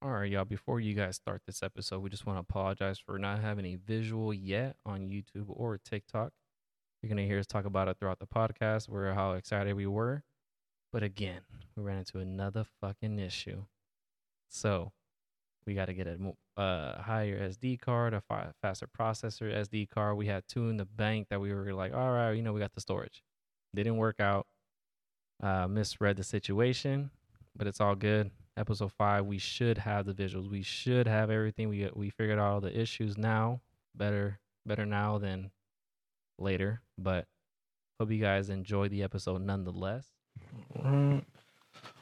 All right, y'all. Before you guys start this episode, we just want to apologize for not having a visual yet on YouTube or TikTok. You're going to hear us talk about it throughout the podcast, where how excited we were. But again, we ran into another fucking issue. So we got to get a mo- uh, higher SD card, a fi- faster processor SD card. We had two in the bank that we were like, all right, you know, we got the storage. Didn't work out. Uh, misread the situation, but it's all good. Episode five, we should have the visuals. We should have everything. We we figured out all the issues now. Better better now than later. But hope you guys enjoy the episode nonetheless. Alright.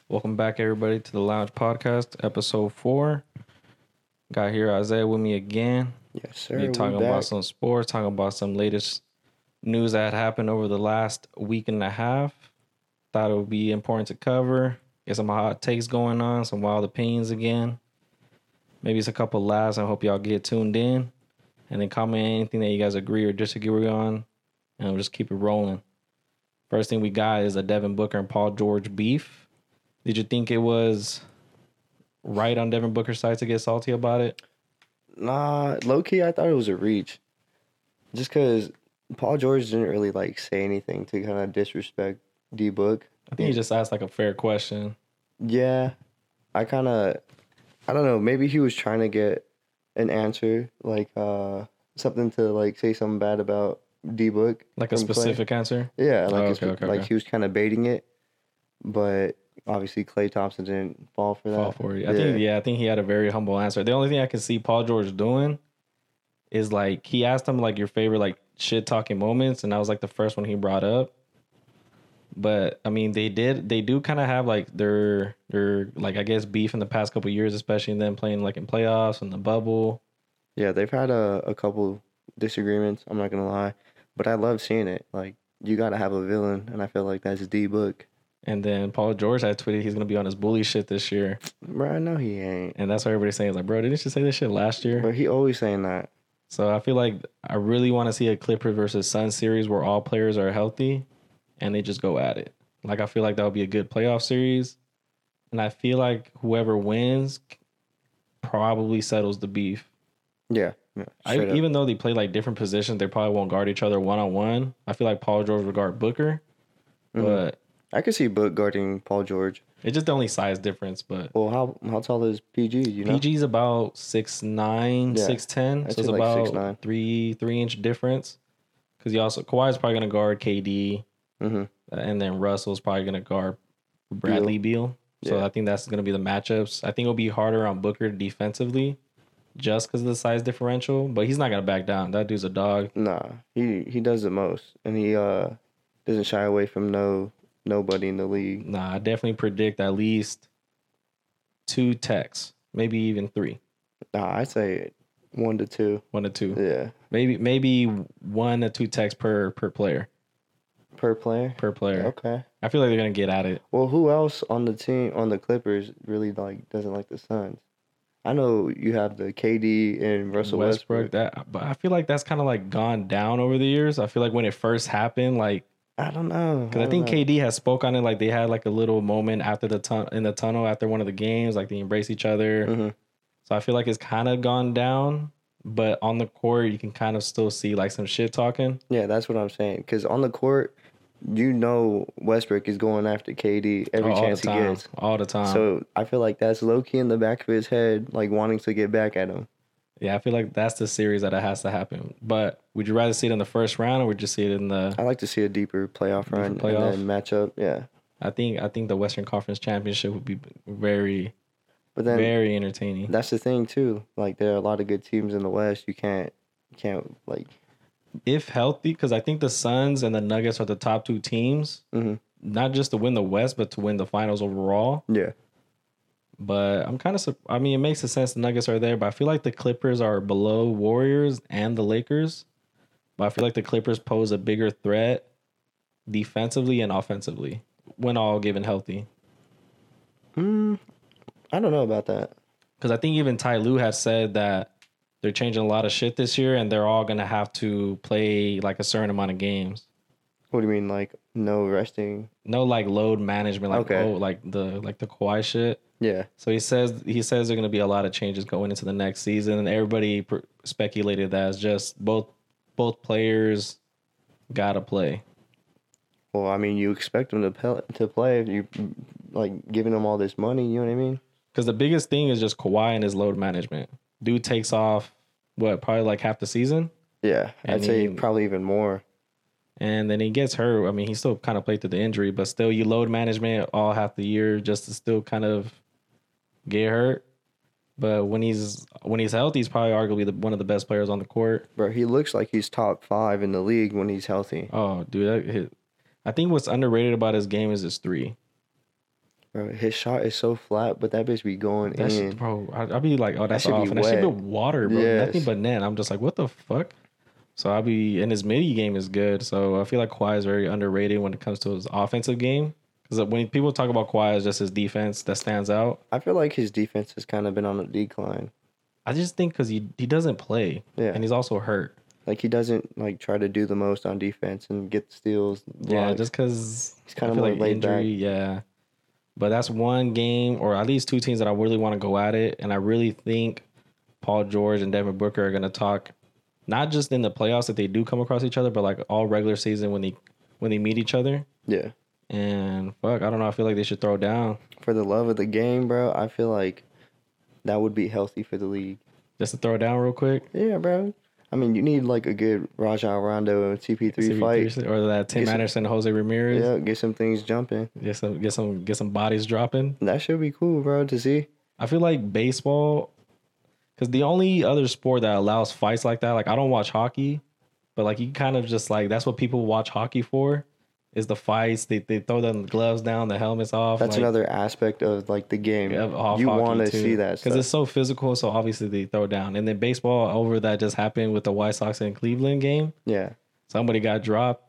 Welcome back, everybody, to the Lounge Podcast, episode four. Got here Isaiah with me again. Yes, sir. We're we talking back. about some sports, talking about some latest news that happened over the last week and a half. Thought it would be important to cover. Get some hot takes going on, some wild opinions again. Maybe it's a couple laughs. I hope y'all get tuned in. And then comment anything that you guys agree or disagree on. And we'll just keep it rolling. First thing we got is a Devin Booker and Paul George beef. Did you think it was right on Devin Booker's side to get salty about it? Nah, low key, I thought it was a reach. Just because Paul George didn't really like say anything to kind of disrespect D Book. I think he just asked like a fair question. Yeah, I kind of, I don't know. Maybe he was trying to get an answer, like uh something to like say something bad about D Book, Like a from Clay. specific answer? Yeah, like Oh, it's okay, okay, like okay. he was kind of baiting it, but obviously Clay Thompson didn't fall for that. Fall for it. I think yeah, I think he had a very humble answer. The only thing I can see Paul George doing is like he asked him like your favorite like shit talking moments, and that was like the first one he brought up. But I mean, they did they do kind of have like their their like I guess beef in the past couple years, especially them playing like in playoffs and the bubble. Yeah, they've had a, a couple disagreements. I'm not gonna lie, but I love seeing it. Like you gotta have a villain, and I feel like that's D Book. And then Paul George, I tweeted he's gonna be on his bully shit this year, Bro, I know he ain't, and that's what everybody's saying. It's like, bro, didn't you say this shit last year? but he always saying that. So I feel like I really want to see a Clippers versus Sun series where all players are healthy and they just go at it. Like I feel like that would be a good playoff series. And I feel like whoever wins probably settles the beef. Yeah, yeah I, straight up. even though they play like different positions, they probably won't guard each other one on one. I feel like Paul George would guard Booker, Mhm. but I could see Book guarding Paul George. it's just the only size difference. But Well, how how tall is PG? You know, PG's about six nine, Yeah. six ten. I'd So it's say like about 6'9". three three inch difference. Because you also Kawhi's probably gonna guard KD, hmm and then Russell's probably gonna guard Bradley Beal. So Yeah. I think that's gonna be the matchups. I think it'll be harder on Booker defensively, just because of the size differential. But he's not gonna back down. That dude's a dog. Nah, he he does the most, and he uh doesn't shy away from no nobody in the league. Nah, I definitely predict at least two techs, maybe even three, Nah, I say one to two. one to two, Yeah, maybe maybe one to two techs per per player per player. per player. Okay. I feel like they're gonna get at it. Well, who else on the team on the Clippers really like doesn't like the Suns? I know you have the KD and Russell Westbrook, Westbrook. that, but I feel like that's kind of like gone down over the years. I feel like when it first happened, like I don't know. because I, think don't know. KD has spoke on it, like they had like a little moment after the tun- in the tunnel after one of the games, like they embrace each other. Mhm. So I feel like it's kind of gone down, but on the court you can kind of still see like some shit talking. Yeah, that's what I'm saying. Because on the court, you know Westbrook is going after KD every Oh, all chance the he time, Uh-huh. gets. all the time. So I feel like that's low key in the back of his head, like wanting to get back at him. yeah, I feel like that's the series that it has to happen. But would you rather see it in the first round or would you see it in the? I like to see a deeper playoff run playoff. and then matchup. Yeah, I think I think the Western Conference Championship would be very but then very entertaining. that's the thing too. Like there are a lot of good teams in the West. You can't, you can't like. if healthy, because I think the Suns and the Nuggets are the top two teams, Mhm. not just to win the West, but to win the finals overall. Yeah. But I'm kind of, I mean, it makes a sense the Nuggets are there, but I feel like the Clippers are below Warriors and the Lakers. But I feel like the Clippers pose a bigger threat defensively and offensively when all given healthy. Mm, I don't know about that. Because I think even Ty Lue has said that they're changing a lot of shit this year and they're all going to have to play like a certain amount of games. What do you mean, like no resting? No, like load management, like Okay. oh, like the like the Kawhi shit. Yeah, So he says he says there are going to be a lot of changes going into the next season, and everybody pr- speculated that it's just both both players gotta play. Well, I mean, you expect them to pe- to play if you like giving them all this money. You know what I mean? Because the biggest thing is just Kawhi and his load management. Dude takes off what probably like half the season, Yeah, I I'd say mean- probably even more. and then he gets hurt. I mean, he still kind of played through the injury, but still, you load management all half the year just to still kind of get hurt. But when he's when he's healthy, he's probably arguably the, one of the best players on the court. Bro, he looks like he's top five in the league when he's healthy. Oh, dude, that hit. I think what's underrated about his game is his three. Bro, his shot is so flat, but that bitch be going That in. shit, bro, I, I'll be like, oh, that's Mm. should be off, and that should be wet. water, bro. Yes. Nothing but net. I'm just like, what the fuck? So I'll be, and his midi game is good. So I feel like Kawhi is very underrated when it comes to his offensive game. Because when people talk about Kawhi, it's just his defense that stands out. I feel like his defense has kind of been on a decline. I just think because he he doesn't play, Yeah, and he's also hurt. like he doesn't like try to do the most on defense and get steals. Yeah, blocks. just because he's kind I of feel more like laid injury, back. yeah. But that's one game, or at least two teams that I really want to go at it, and I really think Paul George and Devin Booker are going to talk, not just in the playoffs if they do come across each other, but like all regular season when they when they meet each other. Yeah, And fuck, I don't know. I feel like they should throw down for the love of the game, bro. I feel like that would be healthy for the league. just to throw down real quick. Yeah, bro. I mean, you need like a good Rajah Rondo and CP3 fight. CP3 or that Tim Get some- Anderson, Jose Ramirez. Yeah, get some things jumping. Get some, get some, get some bodies dropping. That should be cool, bro, to see. I feel like baseball, because the only other sport that allows fights like that, like I don't watch hockey, but like you kind of just like that's what people watch hockey for, is the fights. They they throw the gloves down, the helmets off. That's like, another aspect of like the game. of- off you hockey, want to too. see that because stuff. it's so physical. So obviously they throw down, and then baseball over that just happened with the White Sox and Cleveland game. yeah, Somebody got dropped.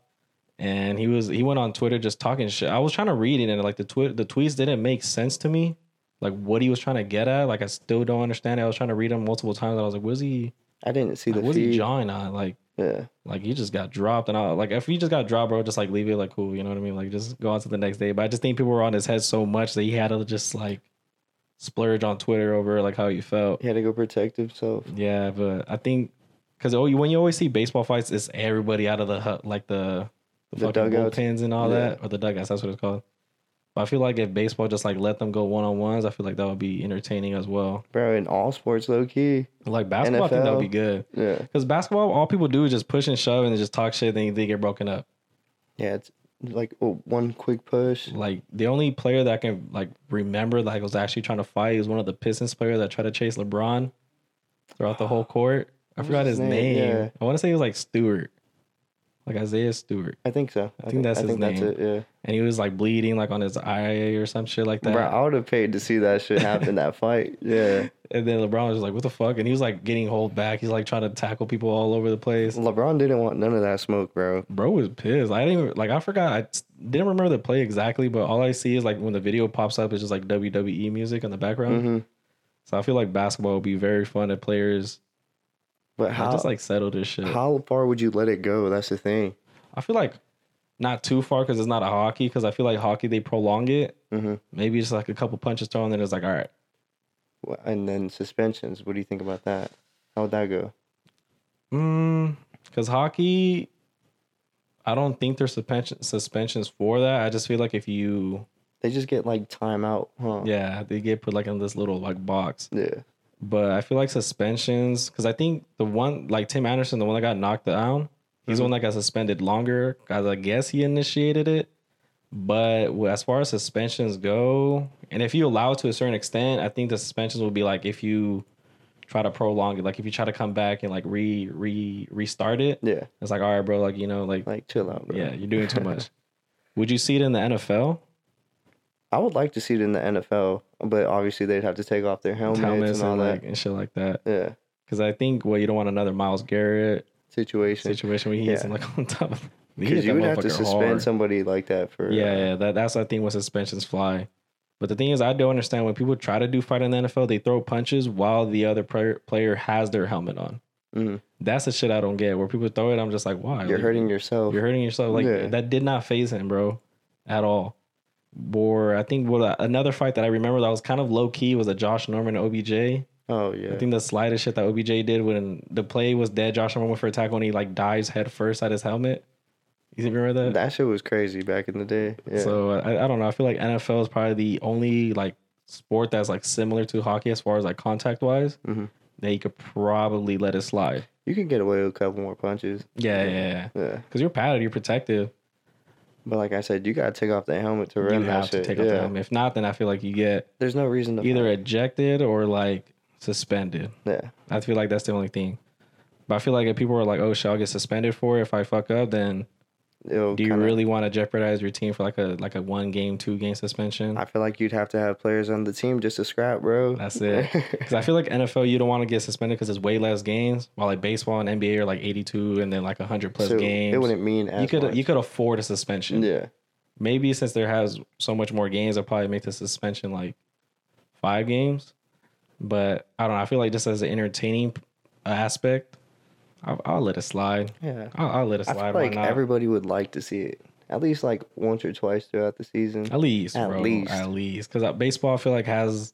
And he was he went on Twitter just talking shit. I was trying to read it and like the twi- the tweets didn't make sense to me. Like what he was trying to get at. Like I still don't understand. it. I was trying to read him multiple times. and I was like, was he I didn't see the like, was feed. he jawing on? Like yeah, like he just got dropped. And I like if he just got dropped, bro, just like leave it like cool. You know what I mean? Like just go on to the next day. But I just think people were on his head so much that he had to just like splurge on Twitter over like how he felt. he had to go protect himself. Yeah, but I think because oh, you- when you always see baseball fights, it's everybody out of the hut, like the the, The fucking dugouts. bullpens and all Yeah. that, or the dugouts. That's what it's called. But I feel like if baseball just like let them go one on ones, I feel like that would be entertaining as well. Bro, in all sports, low key. Like basketball, I think that would be NFL. good Yeah, because basketball, all people do is just push and shove and just talk shit, then they get broken up. yeah, it's like oh, one quick push. Like the only player that I can like remember like was actually trying to fight was one of the Pistons player that tried to chase LeBron throughout the whole court. I What was forgot his his name. name? Yeah. I want to say it was like Stewart, like Isaiah Stewart, I think so. I, think that's I his think name. that's it. Yeah, and he was like bleeding like on his eye or some shit like that. bro, I would have paid to see that shit happen. that fight. Yeah, And then LeBron was just like, "What the fuck?" And he was like getting hold back. He's like trying to tackle people all over the place. LeBron didn't want none of that smoke, bro. Bro was pissed. I didn't even, like. I forgot. I s- didn't remember the play exactly, but all I see is like when the video pops up, it's just like WWE music in the background. hmm So I feel like basketball would be very fun if players But like, how just like settle this shit. how far would you let it go? That's the thing. I feel like not too far because it's not a hockey. Because I feel like hockey they prolong it. hmm Maybe it's like a couple punches thrown, then it's like all right. And then suspensions. What do you think about that? How would that go? Because mm, hockey, I don't think there's suspension, suspensions for that. I just feel like if you, They just get like timeout, huh? yeah, they get put like in this little like box. Yeah. But I feel like suspensions, because I think the one like Tim Anderson, the one that got knocked down, he's Mm-hmm. the one that got suspended longer. 'cause I guess he initiated it. But wh- as far as suspensions go, and if you allow it to a certain extent, I think the suspensions will be like if you try to prolong it, like if you try to come back and like re re restart it, Yeah. It's like, all right, bro, like you know, like, Like chill out, bro. yeah, you're doing too much. Would you see it in the NFL? I would like to see it in the NFL, but obviously they'd have to take off their helmets, Helmets and all and that. like and shit like that. yeah. Because I think well, you don't want another Miles Garrett Situation. situation where he hits Yeah. him like on top of he hit Because you that would have to motherfucker suspend hard. somebody like that for. Yeah, yeah, that, that's I think when suspensions fly. But the thing is, I don't understand when people try to do fight in the NFL, they throw punches while the other player, player has their helmet on. Mm. That's the shit I don't get. Where people throw it, I'm just like, why? You're Like, hurting yourself. You're hurting yourself. Like Yeah. that did not phase him, bro, at all. Or I think what another fight that I remember that was kind of low key was a Josh Norman OBJ. oh I yeah. think the slightest shit that OBJ did when the play was dead, Josh Norman went for a tackle and he like dives head first at his helmet. You remember that? That shit was crazy back in the day. Yeah. So I, I don't know. I feel like NFL is probably the only like sport that's like similar to hockey as far as like contact wise Mhm. that you could probably let it slide. you could get away with a couple more punches. Yeah, yeah, yeah. Yeah. Because you're padded, you're protective. But like I said, you gotta take off that helmet to You run that have to shit. take yeah. off the helmet. If not, then I feel like you get There's no reason to either ejected or like suspended. Yeah. I feel like that's the only thing. But I feel like if people are like, "Oh, shall I get suspended for it if I fuck up?" Then It'll do you kinda- really want to jeopardize your team for like a like a one game, two game suspension? I feel like you'd have to have players on the team just to scrap, bro. That's it. Because I feel like NFL, you don't want to get suspended because it's way less games. While like baseball and NBA are like 82 and then like 100 plus So, games. It wouldn't mean as you could much. you could afford a suspension. yeah. Maybe since there has so much more games, I'll probably make the suspension like five games. But I don't know. I feel like just as an entertaining aspect, I'll, I'll let it slide. Yeah. I'll, I'll let it I slide. feel why like not? everybody would like to see it at least like once or twice throughout the season. at least, At bro. least. At least. Because baseball, I feel like has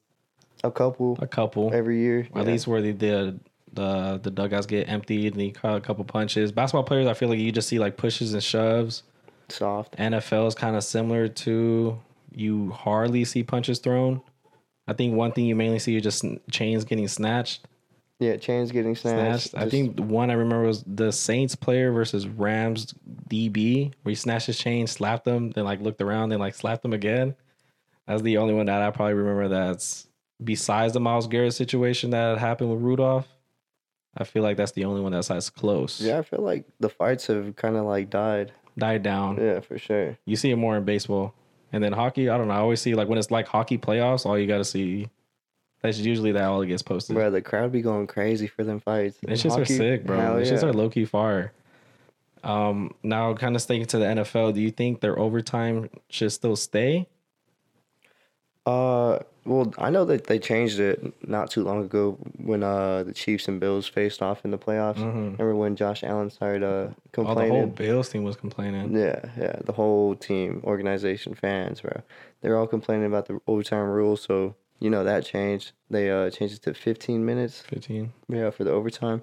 A couple a couple. every year. Oh. At yeah. least where the, the the the dugouts get emptied and you caught a couple punches. Basketball players, I feel like you just see like pushes and shoves. soft. NFL is kind of similar to you hardly see punches thrown. I think one thing you mainly see is just sn- chains getting snatched. Yeah, chains getting snatched. snatched. I just- think the one I remember was the Saints player versus Rams DB, where he snatched his chain, slapped them, then like looked around, then like slapped them again. That's the only one that I probably remember that's besides the Miles Garrett situation that happened with Rudolph. I feel like that's the only one that's as close. Yeah, I feel like the fights have kind of like died. Died down. Yeah, for sure. You see it more in baseball. And then hockey, I don't know. I always see like when it's like hockey playoffs, all you got to see. That's usually that all it gets posted. Bro, the crowd be going crazy for them fights. It's just are Hockey, sick, bro. hell It's just yeah. are low key fire. Um, now kind of sticking to the NFL. Do you think their overtime should still stay? Uh, well, I know that they changed it not too long ago when uh the Chiefs and Bills faced off in the playoffs. Remember when Josh Allen started Mm-hmm. Oh, uh the whole complaining? Bills team was complaining. yeah, yeah, the whole team, organization, fans, bro, they're all complaining about the overtime rule. So you know that changed. They uh changed it to fifteen minutes. Fifteen. Yeah, for the overtime,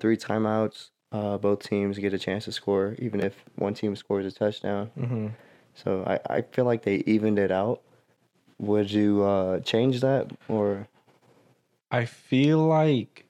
three timeouts. Uh, both teams get a chance to score, even if one team scores a touchdown. Mm-hmm. So I, I feel like they evened it out. Would you uh, change that or I feel like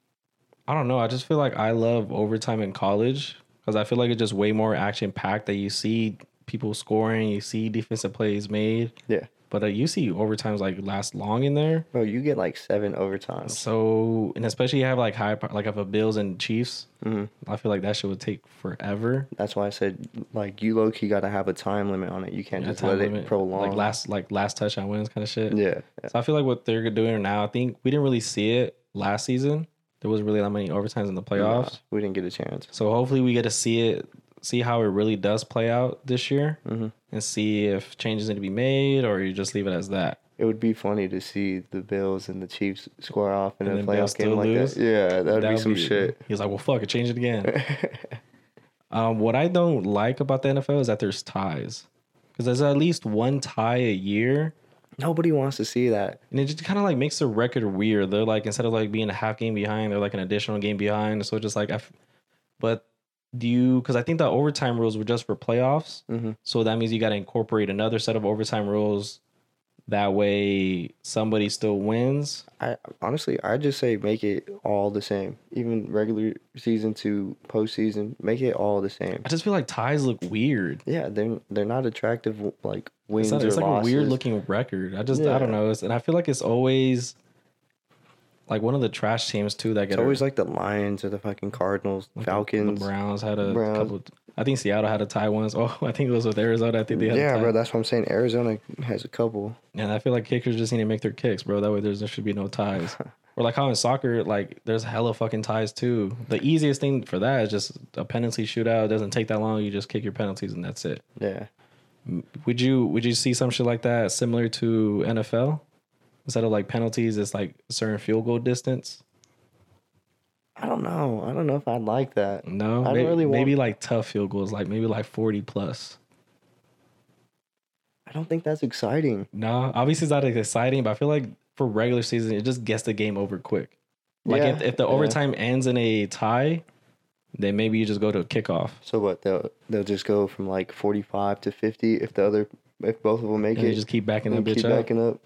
I don't know. I just feel like I love overtime in college because I feel like it's just way more action packed. That you see people scoring, you see defensive plays made. Yeah. But uh, you see overtimes like last long in there. bro? You get like seven overtimes. So and especially you have like high like if a Bills and Chiefs. Mhm. I feel like that shit would take forever. That's why I said like you low key got to have a time limit on it. You can't Yeah, just time let limit, it prolong. Like last like last touchdown wins kind of shit. yeah, yeah, So I feel like what they're doing now, I think we didn't really see it last season. There wasn't really that many overtimes in the Nah, playoffs. we didn't get a chance. So hopefully we get to see it, see how it really does play out this year, Mhm. and see if changes need to be made or you just leave it as that. It would be funny to see the Bills and the Chiefs score off in And a then Bills playoff game still like lose? that. Yeah, that'd be some shit. He's like, well, fuck it, change it again. um, what I don't like about the NFL is that there's ties, because there's at least one tie a year. Nobody wants to see that. And it just kind of like makes the record weird. They're like instead of like being a half game behind, they're like an additional game behind. So it's just like, I f- but do you? Because I think the overtime rules were just for playoffs. Mhm. So that means you got to incorporate another set of overtime rules. That way, somebody still wins. I honestly, I just say make it all the same, even regular season to postseason. Make it all the same. I just feel like ties look weird. Yeah, they're they're not attractive like It's, wins not, or it's like losses. a weird looking record. I just I Yeah. don't know. It's, and I feel like it's always like one of the trash teams too that It's get always like the Lions or the fucking Cardinals, Like the- Falcons. The Browns had a Browns. couple. I think Seattle had a tie once. Oh, I think it was with Arizona. I think they had a yeah, tie. bro, that's what I'm saying. Arizona has a couple. And I feel like kickers just need to make their kicks, bro. That way there's, there should be no ties. or like how in soccer, like there's hella fucking ties too. The easiest thing for that is just a penalty shootout. It doesn't take that long. You just kick your penalties and that's it. Yeah, Would you would you see some shit like that similar to NFL? Instead of like penalties, it's like certain field goal distance. I don't know. I don't know if I'd like that. No, I don't may- maybe, really want- like tough field goals, like maybe like forty plus. I don't think that's exciting. No, obviously it's not as exciting, but I feel like for regular season, it just gets the game over quick. Like Yeah, if, if the yeah. overtime ends in a tie, then maybe you just go to a kickoff. So what? They'll they'll just go from like forty five to fifty if the other if both of them make And you it. just keep backing that and bitch keep up. backing up,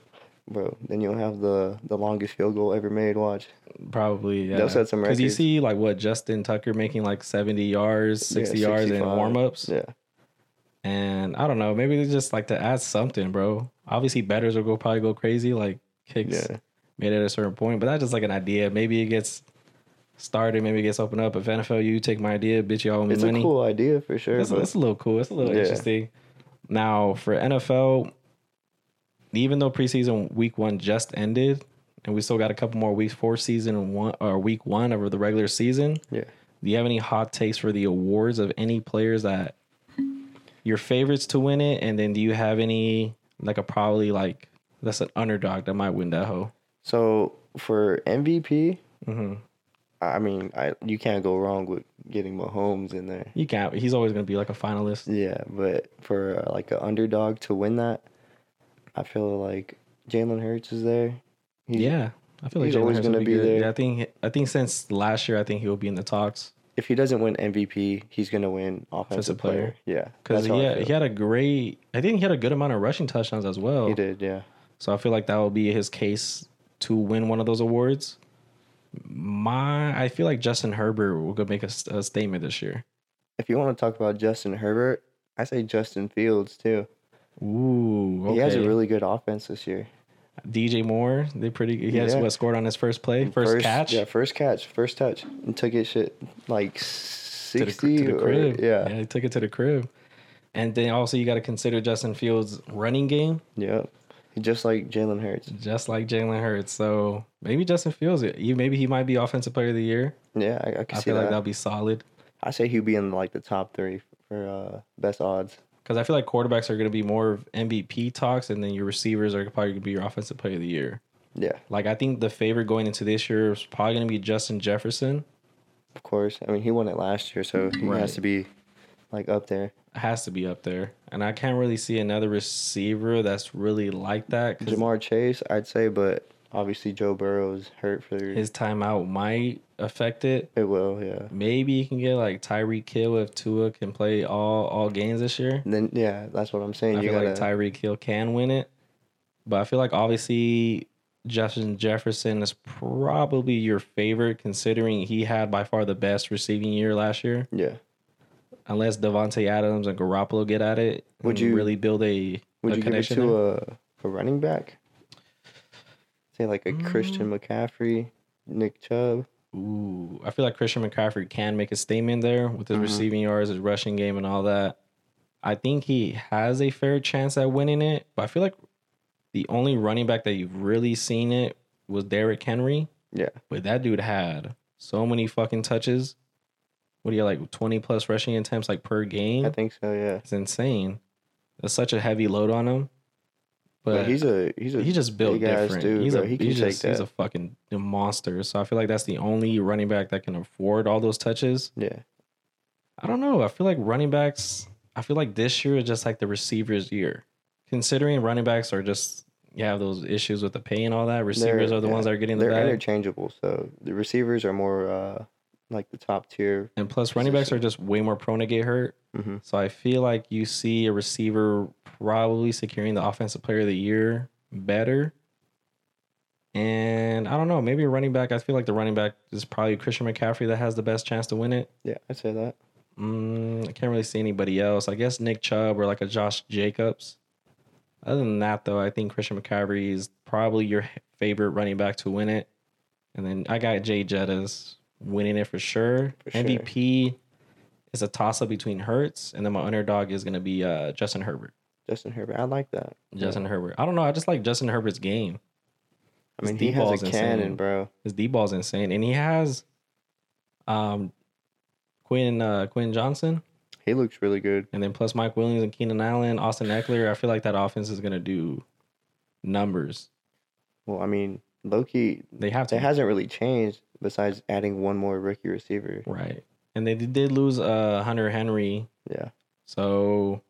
bro. Then you'll have the the longest field goal ever made. Watch. Probably, yeah. They'll set some you records. see, like, what, Justin Tucker making like 70 yards, 60 Yeah, yards 65. in warm ups. Yeah. And I don't know, maybe they just like to add something, bro. Obviously, betters will go probably go crazy, like kicks Yeah. made at a certain point, but that's just like an idea. Maybe it gets started, maybe it gets opened up. If NFL, you take my idea, bitch, y'all owe me It's money. a cool idea for sure. That's, but that's a little cool. It's a little Yeah. interesting. Now for NFL, even though preseason week one just ended, and we still got a couple more weeks for season one or week one over the regular season. Yeah. Do you have any hot takes for the awards of any players that your favorites to win it? And then do you have any like a probably like that's an underdog that might win that hoe? so for MVP, Mm-hmm. hmm I mean, I you can't go wrong with getting Mahomes in there. You can't. He's always gonna be like a finalist. Yeah, but for uh, like an underdog to win that, I feel like Jalen Hurts is there. He's, yeah. I feel like he's Jalen always Hurts would gonna be good. there. Yeah, I think I think since last year, I think he'll be in the talks. If he doesn't win MVP, he's gonna win offensive Offensive player. player. Yeah, Because that's how he, I had- feel. he had a great, I think he had a good amount of rushing touchdowns as well. he did. Yeah, So I feel like that will be his case to win one of those awards. My, I feel like Justin Herbert will go make a, s- a statement this year. if you want to talk about Justin Herbert, I say Justin Fields too. Ooh, okay. He has a really good offense this year. DJ Moore, they pretty. He has Yeah. what scored on his first play, first, catch. Yeah, first catch, first touch, and took it shit like to the, sixty. to the or- crib. yeah, yeah, he took it to the crib. And then also you got to consider Justin Fields' running game. yeah. Just like Jalen Hurts. just like Jalen Hurts. So maybe Justin Fields, you maybe he might be offensive player of the year. Yeah, I, I I can see feel like that. that'll be solid I say he'd be in like the top three for uh, best odds. because I feel like quarterbacks are going to be more of MVP talks, and then your receivers are probably going to be your offensive player of the year. Yeah, Like I think the favorite going into this year is probably going to be Justin Jefferson. of course. I mean, he won it last year, so he Right. has to be like up there. Has to be up there, and I can't really see another receiver that's really like that. 'cause Jamar Chase, I'd say, but obviously Joe Burrow's hurt for his timeout might affect it. it. Will yeah. Maybe you can get like Tyreek Hill if Tua can play all all games this year. And then yeah, that's what I'm saying. I you feel gotta like Tyreek Hill can win it, but I feel like obviously Justin Jefferson is probably your favorite considering he had by far the best receiving year last year. yeah. Unless Devontae Adams and Garoppolo get at it, Would and you- really build a, Would a you give it connection? to there. a, a running back? Say like a Christian Um, McCaffrey, Nick Chubb. Ooh, I feel like Christian McCaffrey can make a statement there with his Mhm. receiving yards, his rushing game, and all that. I think he has a fair chance at winning it, but I feel like the only running back that you've really seen it was Derrick Henry. Yeah. But that dude had so many fucking touches. What do you like 20 plus rushing attempts like per game? I think so. Yeah, it's insane. That's such a heavy load on him. but, But he's a he's a he just built big-ass different. dude, he's bro. a He can he's, take just, he's that. a fucking monster. So I feel like that's the only running back that can afford all those touches. yeah. I don't know. I feel like running backs. I feel like this year is just like the receivers' year, considering running backs are just you have those issues with the pay and all that. Receivers They're- are the yeah, ones that are getting the They're bag, interchangeable. So the receivers are more uh, like the top tier. and plus running backs are just way more prone to get hurt. hmm So I feel like you see a receiver probably securing the offensive player of the year better. And I don't know, maybe a running back. I feel like the running back is probably Christian McCaffrey that has the best chance to win it. Yeah, I'd say that. Mm, I can't really see anybody else. I guess Nick Chubb or like a Josh Jacobs. Other than that, though, I think Christian McCaffrey is probably your favorite running back to win it. And then I got Jay Jettas winning it for sure. For sure. MVP is a toss up between Hurts, and then my underdog is going to be uh, Justin Herbert. Justin Herbert, I like that. Justin Herbert. I don't know. I just like Justin Herbert's game. I mean, His he deep ball's has a cannon, insane. bro. His D ball's insane, and he has um Quinn uh, Quinn Johnson. He looks really good. And then plus Mike Williams and Keenan Allen, Austin Eckler. I feel like that offense is going to do numbers. Well, I mean, Loki, They have to. it hasn't really changed. besides adding one more rookie receiver. Right. And they did lose uh Hunter Henry. Yeah. So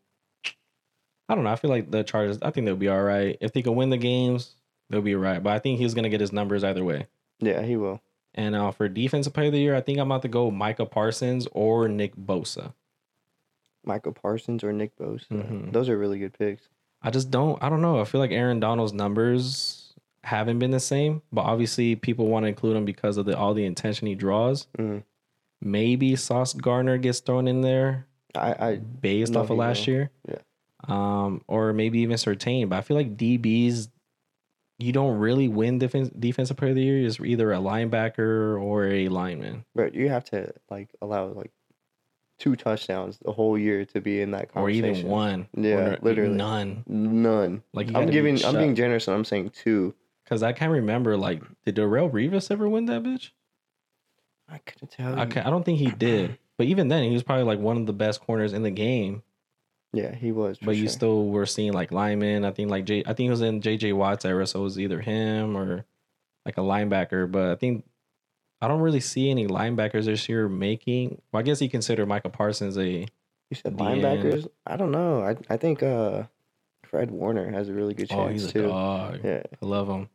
I don't know. I feel like the Chargers, I think they'll be all right. If they can win the games, they'll be all right. But I think he's gonna get his numbers either way. Yeah, he will. And uh, for defensive player of the year, I think I'm about to go Micah Parsons or Nick Bosa. Michael Parsons or Nick Bosa. Mhm. Those are really good picks. I just don't I don't know. I feel like Aaron Donald's numbers haven't been the same, but obviously people want to include him because of the all the attention he draws. Mhm. Maybe Sauce Gardner gets thrown in there I, I based No, off he of last will. year. Yeah. Um, or maybe even Certain. But I feel like DBs, you don't really win defense defensive player of the year. You're just either a linebacker or a lineman. but you have to like allow like two touchdowns the whole year to be in that Or conversation. even one. Yeah, or literally. None. None. Like you I'm giving I'm being being generous and I'm saying two. because I can't remember like did Darrell Revis ever win that bitch? I couldn't tell. I, you. can, I don't think he did. But even then, he was probably like one of the best corners in the game. Yeah, he was. for But you sure. still were seeing like linemen. I think like J. I think it was in J.J. Watt's era, so it was either him or like a linebacker. But I think I don't really see any linebackers this year making. Well, I guess you consider Michael Parsons a You said the end. linebackers? I don't know. I I think uh Fred Warner has a really good chance oh he's a too. dog. Yeah. I love him.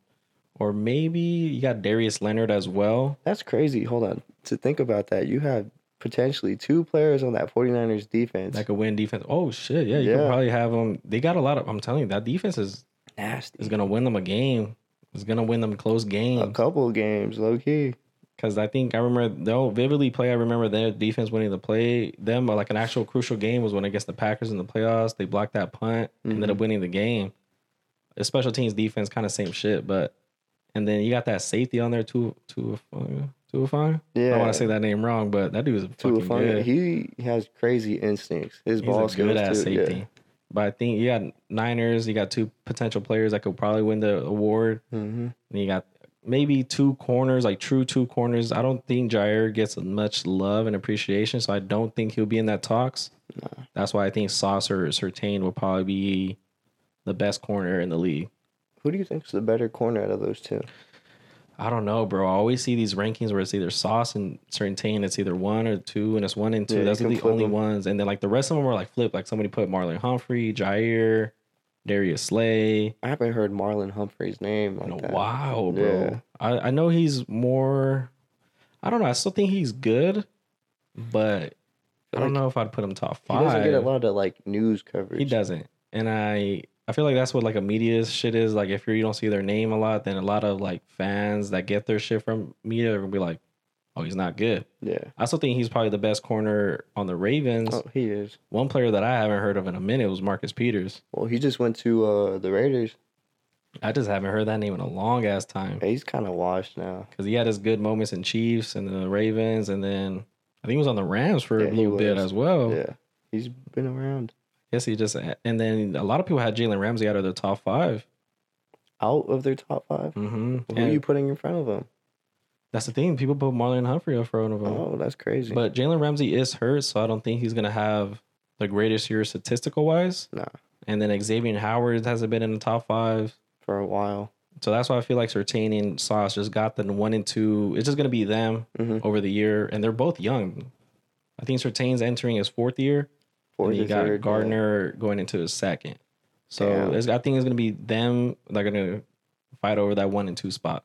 Or maybe you got Darius Leonard as well. That's crazy. Hold on. To think about that, you have potentially two players on that 49ers defense. That could win defense. Oh shit, yeah, you could Yeah. probably have them. They got a lot of. I'm telling you, that defense is nasty. is gonna win them a game. It's gonna win them close games. Mm-hmm. a couple games, low key. Because I think I remember they'll vividly play. I remember their defense winning the play. Them uh, like an actual crucial game was when against the Packers in the playoffs. They blocked that punt and ended up Mm-hmm. winning the game. The special teams defense kind of same shit, but and then you got that safety on there too. Too too fine. I Yeah. don't want to say that name wrong, but that dude is fucking Tuafanga, good. he has crazy instincts. His He's ball a skills good ass too. yeah. safety. But I think you got Niners. You got two potential players that could probably win the award. Mhm. And you got maybe two corners, like true two corners. I don't think Jair gets much love and appreciation, so I don't think he'll be in that talks. That's why I think Sauce or Certain will probably be the best corner in the league. Who do you think's the better corner out of those two? I don't know, bro. I always see these rankings where it's either Sauce and Certain. It's either one or two, and it's one and two. Yeah, you Those are can the flip only them. ones. And then like the rest of them are like flip. Like somebody put Marlon Humphrey, Jair, Darius Slay. I haven't heard Marlon Humphrey's name like in a that. while, bro. Yeah. I, I know he's more. I don't know. I still think he's good, but I don't Like, know if I'd put him top He five. doesn't get a lot of like news coverage. He doesn't. and I I feel like that's what like a media shit is. Like if you're, you don't see their name a lot, then a lot of like fans that get their shit from media are gonna be like, "Oh, he's not good." Yeah. I still think he's probably the best corner on the Ravens. Oh, he is. One player that I haven't heard of in a minute was Marcus Peters. Well, he just went to uh, the Raiders. I just haven't heard that name in a long ass time. He's kind of washed now. because he had his good moments in Chiefs and the Ravens, and then I think he was on the Rams for Yeah, a he little bit was. as well. Yeah, he's been around. Yes, he just and then a lot of people had Jalen Ramsey out of the top 5 Out of their top five, Mm-hmm. who are you putting in front of him? that's the thing. People put Marlon Humphrey in front of him, Oh, that's crazy. but Jalen Ramsey is hurt, so I don't think he's gonna have the greatest year statistical wise. Nah. And then Xavier Howard hasn't been in the top five. for a while, So that's why I feel like Sertain and Sauce just got the one and two. It's just gonna be them Mhm. over the year, and they're both young. I think Sertain's entering his fourth year, fourth and you or got third, yeah. Gardner going into his second. So Damn. it's, I think it's gonna be them. They're gonna fight over that one and two spot.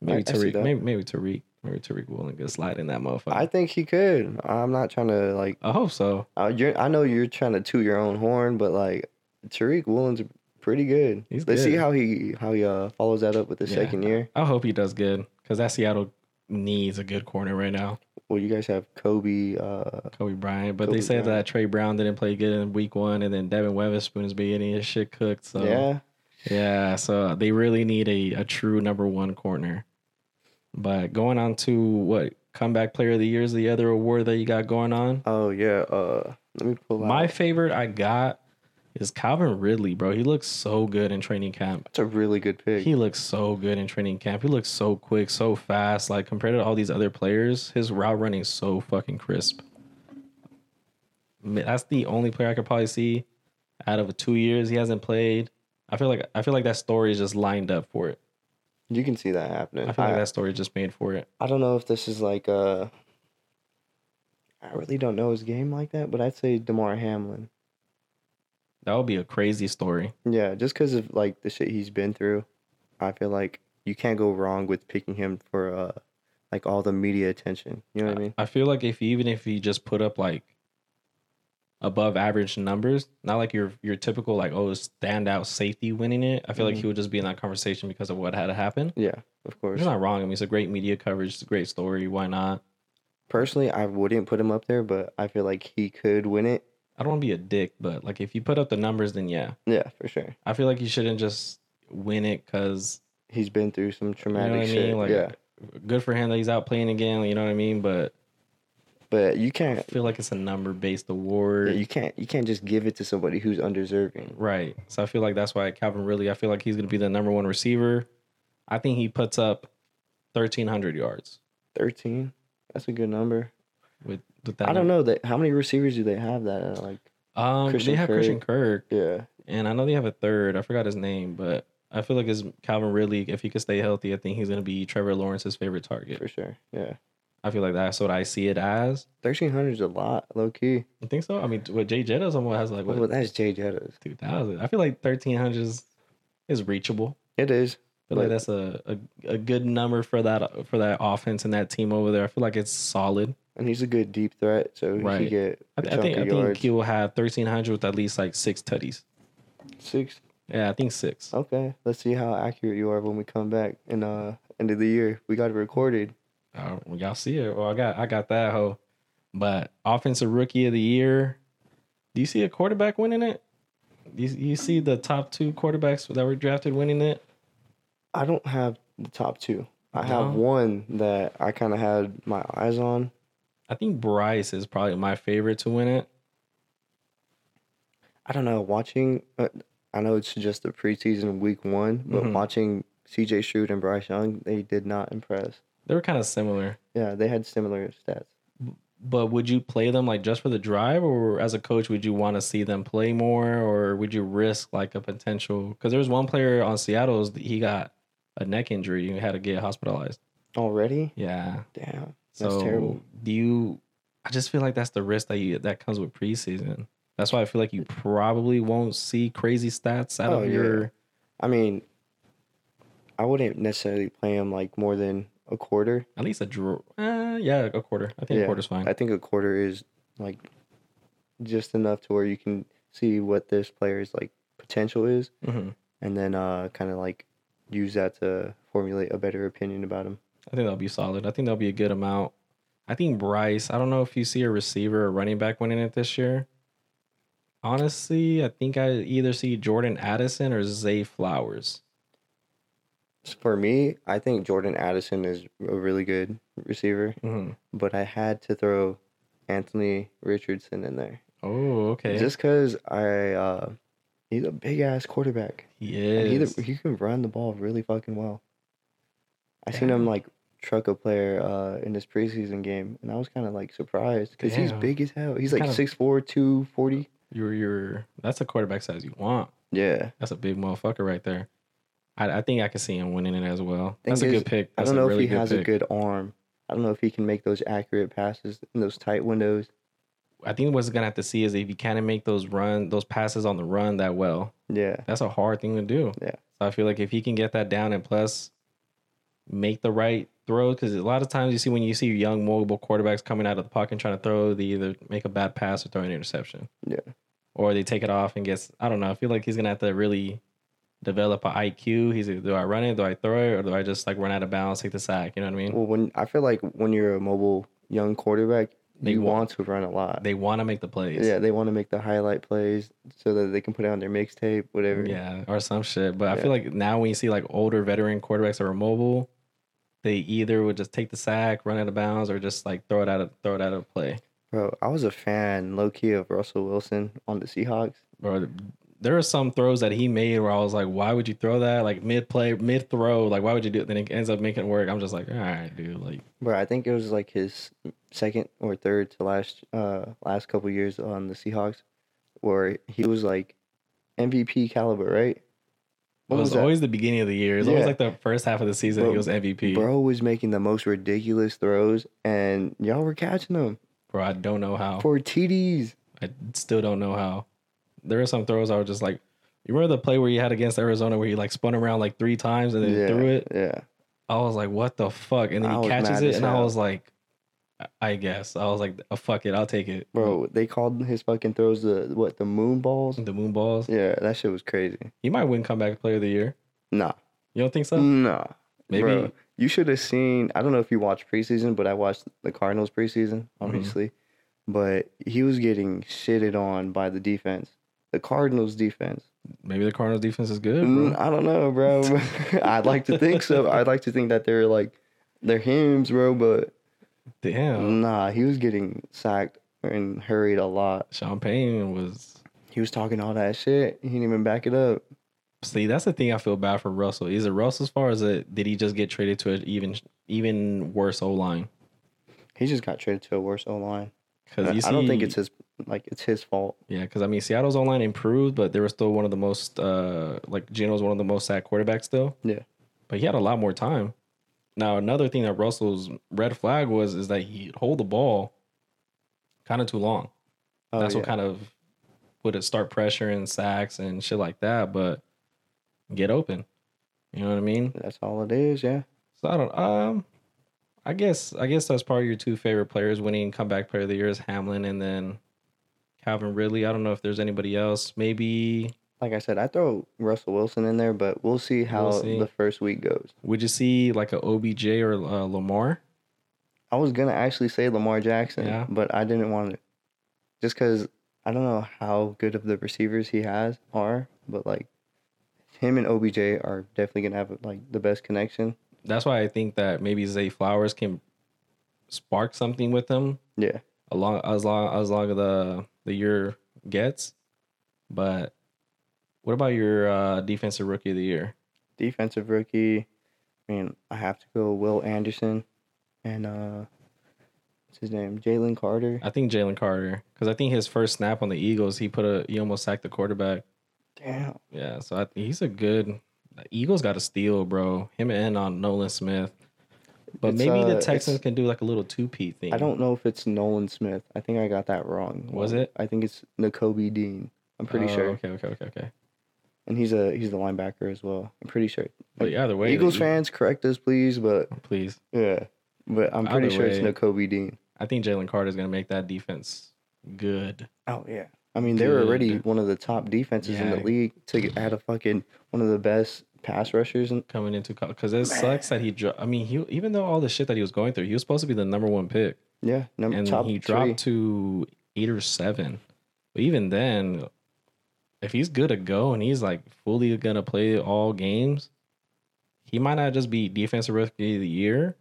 Maybe I- I see Tariq. that. Maybe maybe Tariq. Maybe Tariq willing to slide in that motherfucker. I I, think he could. I'm not trying to like. hope so. Uh, you're, I know you're trying to toot your own horn, but like Tariq Woolen's pretty good. He's Let's see good. how he how he uh, follows that up with the Yeah. second year. I hope he does good because that Seattle needs a good corner right now. Well, you guys have Kobe. Uh, Kobe Bryant, but they Kobe said Bryant. that Trey Brown didn't play good in week one, and then Devin Weatherspoon is being his shit cooked. So yeah, Yeah, so they really need a, a true number one corner. But going on to what comeback player of the year is the other award that you got going on. oh yeah. Uh, let me pull out. My favorite I got is Calvin Ridley, bro. He looks so good in training camp. That's a really good pick. He looks so good in training camp. He looks so quick, so fast. Like compared to all these other players, his route running is so fucking crisp. Man, That's the only player I could probably see out of two years he hasn't played. I feel like I feel like that story is just lined up for it. You can see that happening. I feel like I- that story just made for it. I don't know if this is like uh I really don't know his game like that, but I'd say Damar Hamlin. That would be a crazy story. Yeah, just because of like the shit he's been through, I feel like you can't go wrong with picking him for uh like all the media attention. You know what I mean? I feel like if even if you just put up like above average numbers, not like your your typical like oh standout safety winning it. I feel like Mhm. he would just be in that conversation because of what had happened. Yeah, of course. You're not wrong. I mean, it's a great media coverage. It's a great story. Why not? Personally, I wouldn't put him up there, but I feel like he could win it. I don't want to be a dick, but like if you put up the numbers, then yeah, Yeah, for sure. I feel like you shouldn't just win it because He's been through some you know traumatic what I shit. mean. Like, yeah, good for him that he's out playing again. You know what I mean? But but you I can't. feel like it's a number based award. yeah, you can't. You can't just give it to somebody who's undeserving. Right. So I feel like that's why Calvin really, I feel like he's going to be the number one receiver. I think he puts up 1,300 yards Thirteen. That's a good number. with, with that. I don't know that. How many receivers do they have that at? Like, Um, Christian they have Kirk. Christian Kirk, yeah, and I know they have a third. I forgot his name, but I feel like it's Calvin really, if he could stay healthy, I think he's going to be Trevor Lawrence's favorite target. for sure. Yeah, I feel like that's what I see it as. thirteen hundred is a lot, low key. You think so? I mean, what Jay Jettas almost has like, what, Well, that's Jay Jettas. 2,000? I feel like 1,300 is, is reachable. It is. I feel like Like- that's a, a, a good number for that for that offense and that team over there. I feel like it's solid. And he's a good deep threat, so he Right. could get I, a th- I chunk think of I think yards. he will have thirteen hundred with at least like six tutties. Six. Yeah, I think six. Okay, let's see how accurate you are when we come back in uh end of the year. We got it recorded. Uh, well, y'all see it? Well, I got I got that hoe. But offensive rookie of the year. Do you see a quarterback winning it? Do you, you see the top two quarterbacks that were drafted winning it? I don't have the top two. I have No? one that I kind of had my eyes on. I think Bryce is probably my favorite to win it. I don't know. Watching, uh, I know it's just the preseason week one, but Mhm. watching C.J. Stroud and Bryce Young, they did not impress. They were kind of similar. Yeah, they had similar stats. But would you play them like just for the drive, or as a coach, would you want to see them play more, or would you risk like a potential? Because there was one player on Seattle's he got a neck injury and had to get hospitalized. Already? Yeah, Damn. so That's terrible. Do you? I just feel like that's the risk that you that comes with preseason. That's why I feel like you probably won't see crazy stats out Oh, of yeah. your. I mean, I wouldn't necessarily play him like more than a quarter. At least a draw. Uh, yeah, a quarter. I think a Yeah. quarter's fine. I think a quarter is like just enough to where you can see what this player's like potential is Mhm. and then uh kind of like use that to formulate a better opinion about him. I think that'll be solid. I think that'll be a good amount. I think Bryce, I don't know if you see a receiver or running back winning it this year. Honestly, I think I either see Jordan Addison or Zay Flowers. For me, I think Jordan Addison is a really good receiver, Mhm. but I had to throw Anthony Richardson in there. Oh, okay. Just because I, uh, he's a big ass quarterback. he And he, is. the- he can run the ball really fucking well. I seen him Damn. like truck a player uh, in this preseason game, and I was kind of like surprised because he's Damn. big as hell. He's like Kinda- 6'4, 240. you're, you're, that's a quarterback size you want. Yeah. That's a big motherfucker right there. I, I think I can see him winning it as well. Thing That's a is, good pick. I That's don't know a really if he has a pick. good arm. I don't know if he can make those accurate passes in those tight windows. I think what's gonna have to see is if he kind of make those run, those passes on the run that well. Yeah. that's a hard thing to do. Yeah. So I feel like if he can get that down and plus make the right throws, because a lot of times you see when you see young mobile quarterbacks coming out of the pocket and trying to throw, they either make a bad pass or throw an interception. Yeah. Or they take it off and gets I don't know. I feel like he's gonna have to really develop an IQ. He's like, do I run it? Do I throw it? Or do I just like run out of bounds, take the sack? You know what I mean? Well, when I feel like when you're a mobile young quarterback, They you wa- want to run a lot. they want to make the plays. yeah, they want to make the highlight plays so that they can put it on their mixtape, whatever. Yeah, or some shit. But I Yeah. feel like now when you see like older veteran quarterbacks that are mobile, they either would just take the sack, run out of bounds, or just like throw it out of throw it out of play. Bro, I was a fan, low key, of Russell Wilson on the Seahawks. Or there are some throws that he made where I was like, why would you throw that? Like mid play, mid throw, like why would you do it? Then it ends up making it work. I'm just like, all right, dude. Like Bro, I think it was like his second or third to last uh last couple years on the Seahawks, where he was like MVP caliber, right? What it was, was that? always the beginning of the year. It was always Yeah. like the first half of the season. Bro- he was MVP. Bro. Bro was making the most ridiculous throws, and y'all were catching them I don't know how. for TDs. I still don't know how. There are some throws I was just like, you remember the play where he had against Arizona where he like spun around like three times and then yeah, threw it. Yeah, I was like, what the fuck? And then I he was catches mad it, as and I hell. was like, I- I guess I was like, oh, fuck it, I'll take it, bro. They called his fucking throws the what the moon balls. Oh. The moon balls. Yeah, that shit was crazy. He might win comeback player of the year. Nah, You don't think so? nah. Maybe. Mm, Bro, you should have seen. I don't know if you watched preseason, but I watched the Cardinals preseason, Mm-hmm. obviously. But he was getting shitted on by the defense, the Cardinals defense. Maybe the Cardinals defense is good, bro. Mm, I don't know, bro. I'd like to think so. I'd like to think that they're like they're hymns, bro. But Damn. nah, he was getting sacked and hurried a lot. Sean Payne was. He was talking all that shit. He didn't even back it up. See, that's the thing I feel bad for Russell. Is it Russell's fault? Or is it did he just get traded to an even even worse O line? He just got traded to a worse O line. Because you see, I don't think it's his like it's his fault. Yeah, because I mean, Seattle's online improved, but they were still one of the most, uh, like Gino's one of the most sacked quarterbacks still. Yeah. but he had a lot more time. Now, another thing that Russell's red flag was is that he hold the ball kind of too long. Oh, That's yeah. what kind of would it start pressure and sacks and shit like that. But get open, you know what I mean? That's all it is. Yeah. So I don't. Um, I guess I guess that's probably your two favorite players winning comeback player of the year is Hamlin and then Calvin Ridley. I don't know if there's anybody else. Maybe Like I said, I throw Russell Wilson in there, but we'll see how We'll see. the first week goes. would you see like a OBJ or uh, Lamar? I was gonna actually say Lamar Jackson, Yeah. but I didn't want to, just because I don't know how good of the receivers he has are, but like him and OBJ are definitely gonna have like the best connection. That's why I think that maybe Zay Flowers can spark something with them Yeah, along as long as long as the the year gets. But what about your uh, defensive rookie of the year? defensive rookie. I mean, I have to go Will Anderson, and uh, what's his name, Jalen Carter. I think Jalen Carter because I think his first snap on the Eagles, he put a he almost sacked the quarterback. Damn, Yeah, so I think he's a good. the Eagles got a steal, bro. Him and on Nolan Smith, but It's, maybe uh, the it's- Texans can do like a little two P thing. I don't know if it's Nolan Smith. I think I got that wrong. Was it? I think it's N'Kobe Dean. I'm pretty Oh, sure, Okay, okay, okay, okay. and he's a he's the linebacker as well. I'm pretty sure. But either way, the Eagles Eag- fans, correct us, please. But please. yeah, but I'm Either pretty sure it's way- N'Kobe Dean. I think Jalen Carter is gonna make that defense good. Oh yeah, I mean they were already Good. one of the top defenses in the Yeah. league to get, add a fucking one of the best pass rushers. And coming into because it sucks that he. Dro- I mean, he even though all the shit that he was going through, he was supposed to be the number one pick, yeah, number and top he three. dropped to eight or seven. But even then, if he's good to go and he's like fully gonna play all games, he might not just be defensive rookie of the year,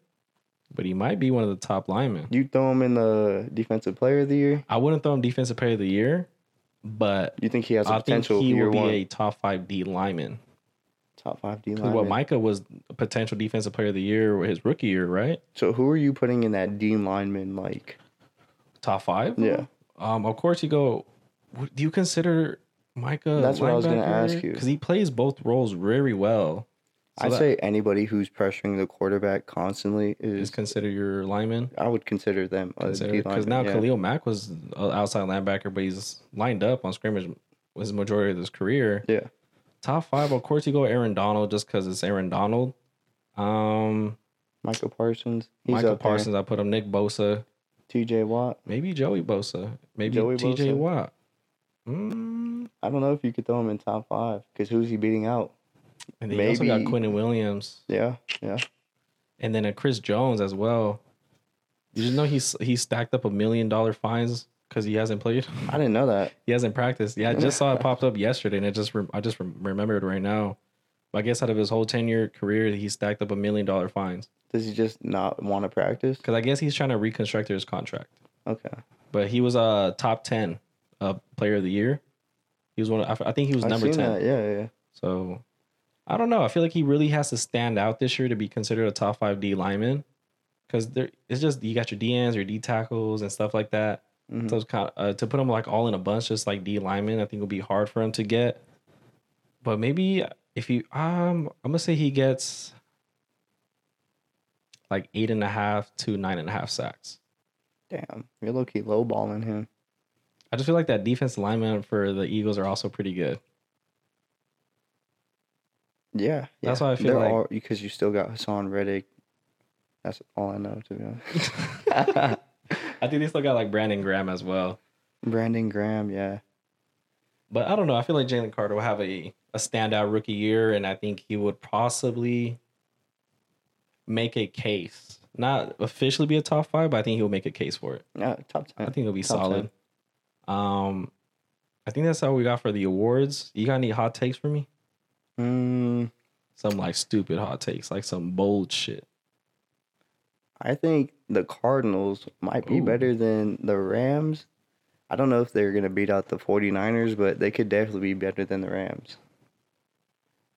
but he might be one of the top linemen. You throw him in the defensive player of the year. I wouldn't throw him defensive player of the year, but You think he has a I think potential he year will be one a top five D lineman. top five D 'Cause line? What Micah was a potential defensive player of the year his rookie year, right? so who are you putting in that D lineman? Like Top five. yeah, Um, of course, you go. w- Do you consider Micah? That's what I was gonna ask you. because he plays both roles very well. So I'd that say anybody who's pressuring the quarterback constantly is is. consider your lineman. I would consider them a D Uh, lineman. Because now yeah. Khalil Mack was an outside linebacker, but he's lined up on scrimmage was the majority of his career. Yeah. Top five, of course, you go Aaron Donald just because it's Aaron Donald. Um, Michael Parsons. He's Michael up there. Parsons, I put him. Nick Bosa, T.J. Watt. maybe Joey Bosa, maybe Joey T.J. Bosa. Watt. Mm, I don't know if you could throw him in top five because who's he beating out? And then you also got Maybe- Quentin Williams Yeah, yeah. and then a Chris Jones as well. Did you know he's he stacked up a million dollar fines because he hasn't played? I didn't know that. he hasn't practiced. Yeah, I just saw it popped up yesterday, and it just rem- I just rem- remembered right now. I guess out of his whole ten year career, he stacked up a million dollar fines Does he just not want to practice? because I guess he's trying to reconstruct his contract. Okay. But he was a uh, top ten uh, player of the year. He was one. Of, I f- I think he was I've number seen ten. that. Yeah, yeah, yeah. So I don't know. I feel like he really has to stand out this year to be considered a top five D lineman. Cause there it's just you got your DNs, your D tackles and stuff like that. Mhm. So it's kind of, uh, to put them like all in a bunch, just like D linemen, I think will be hard for him to get. But maybe if you um I'm gonna say he gets like eight and a half to nine and a half sacks. Damn, you're low key lowballing him. I just feel like that defense lineman for the Eagles are also pretty good. Yeah, That's yeah. why I feel They're like- all because you still got Hassan Reddick. That's all I know to be honest. I think they still got like Brandon Graham as well. Brandon Graham, yeah, But I don't know. I feel like Jalen Carter will have a, a standout rookie year, and I think he would possibly make a case. Not officially be a top five, but I think he'll make a case for it. yeah, top I ten. think it'll be Top solid. Um, I think that's all we got for the awards. You got any hot takes for me? Mm, Some like stupid hot takes, like some bold shit. I think the Cardinals might be Ooh. better than the Rams. I don't know if they're gonna beat out the 49ers, but they could definitely be better than the Rams.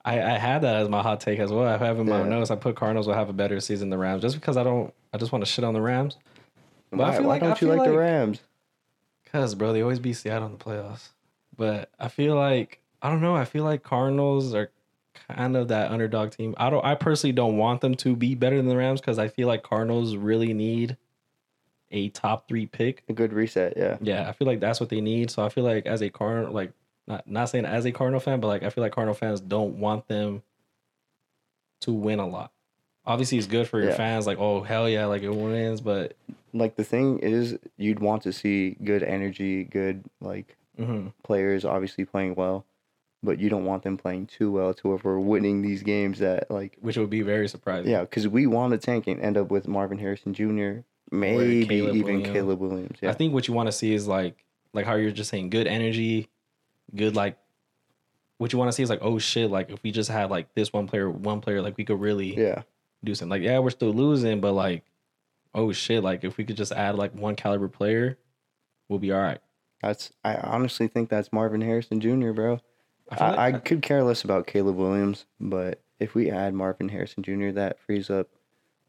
I, I had that as my hot take as well. I have in my Yeah. notes. I put Cardinals will have a better season than the Rams, just because I don't. I just want to shit on the Rams. But I Why, feel why like- I don't you feel like, the like- Rams? Cause bro, they always beat Seattle in the playoffs. But I feel like I don't know. I feel like Cardinals are kind of that underdog team. I don't. I personally don't want them to be better than the Rams because I feel like Cardinals really need a top three pick. A good reset, yeah. Yeah, I feel like that's what they need. So I feel like as a Cardinal, like not not saying as a Cardinal fan, but like I feel like Cardinal fans don't want them to win a lot. Obviously, it's good for your Yeah. fans. Like, oh hell yeah, like it wins. But Like the thing is, you'd want to see good energy, good like mhm. players obviously playing well, but you don't want them playing too well to where we're winning these games that like which would be very surprising. yeah, because we want to tank and end up with Marvin Harrison Jr. Maybe Caleb even Williams. Caleb Williams. Yeah, I think what you want to see is like like how you're just saying good energy, good like what you want to see is like oh shit like if we just had like this one player one player like we could really yeah, do something like yeah we're still losing but like oh shit like if we could just add like one caliber player we'll be all right. that's I honestly think that's Marvin Harrison Jr. Bro, feel I, I like- could care less about Caleb Williams, but if we add Marvin Harrison Jr., that frees up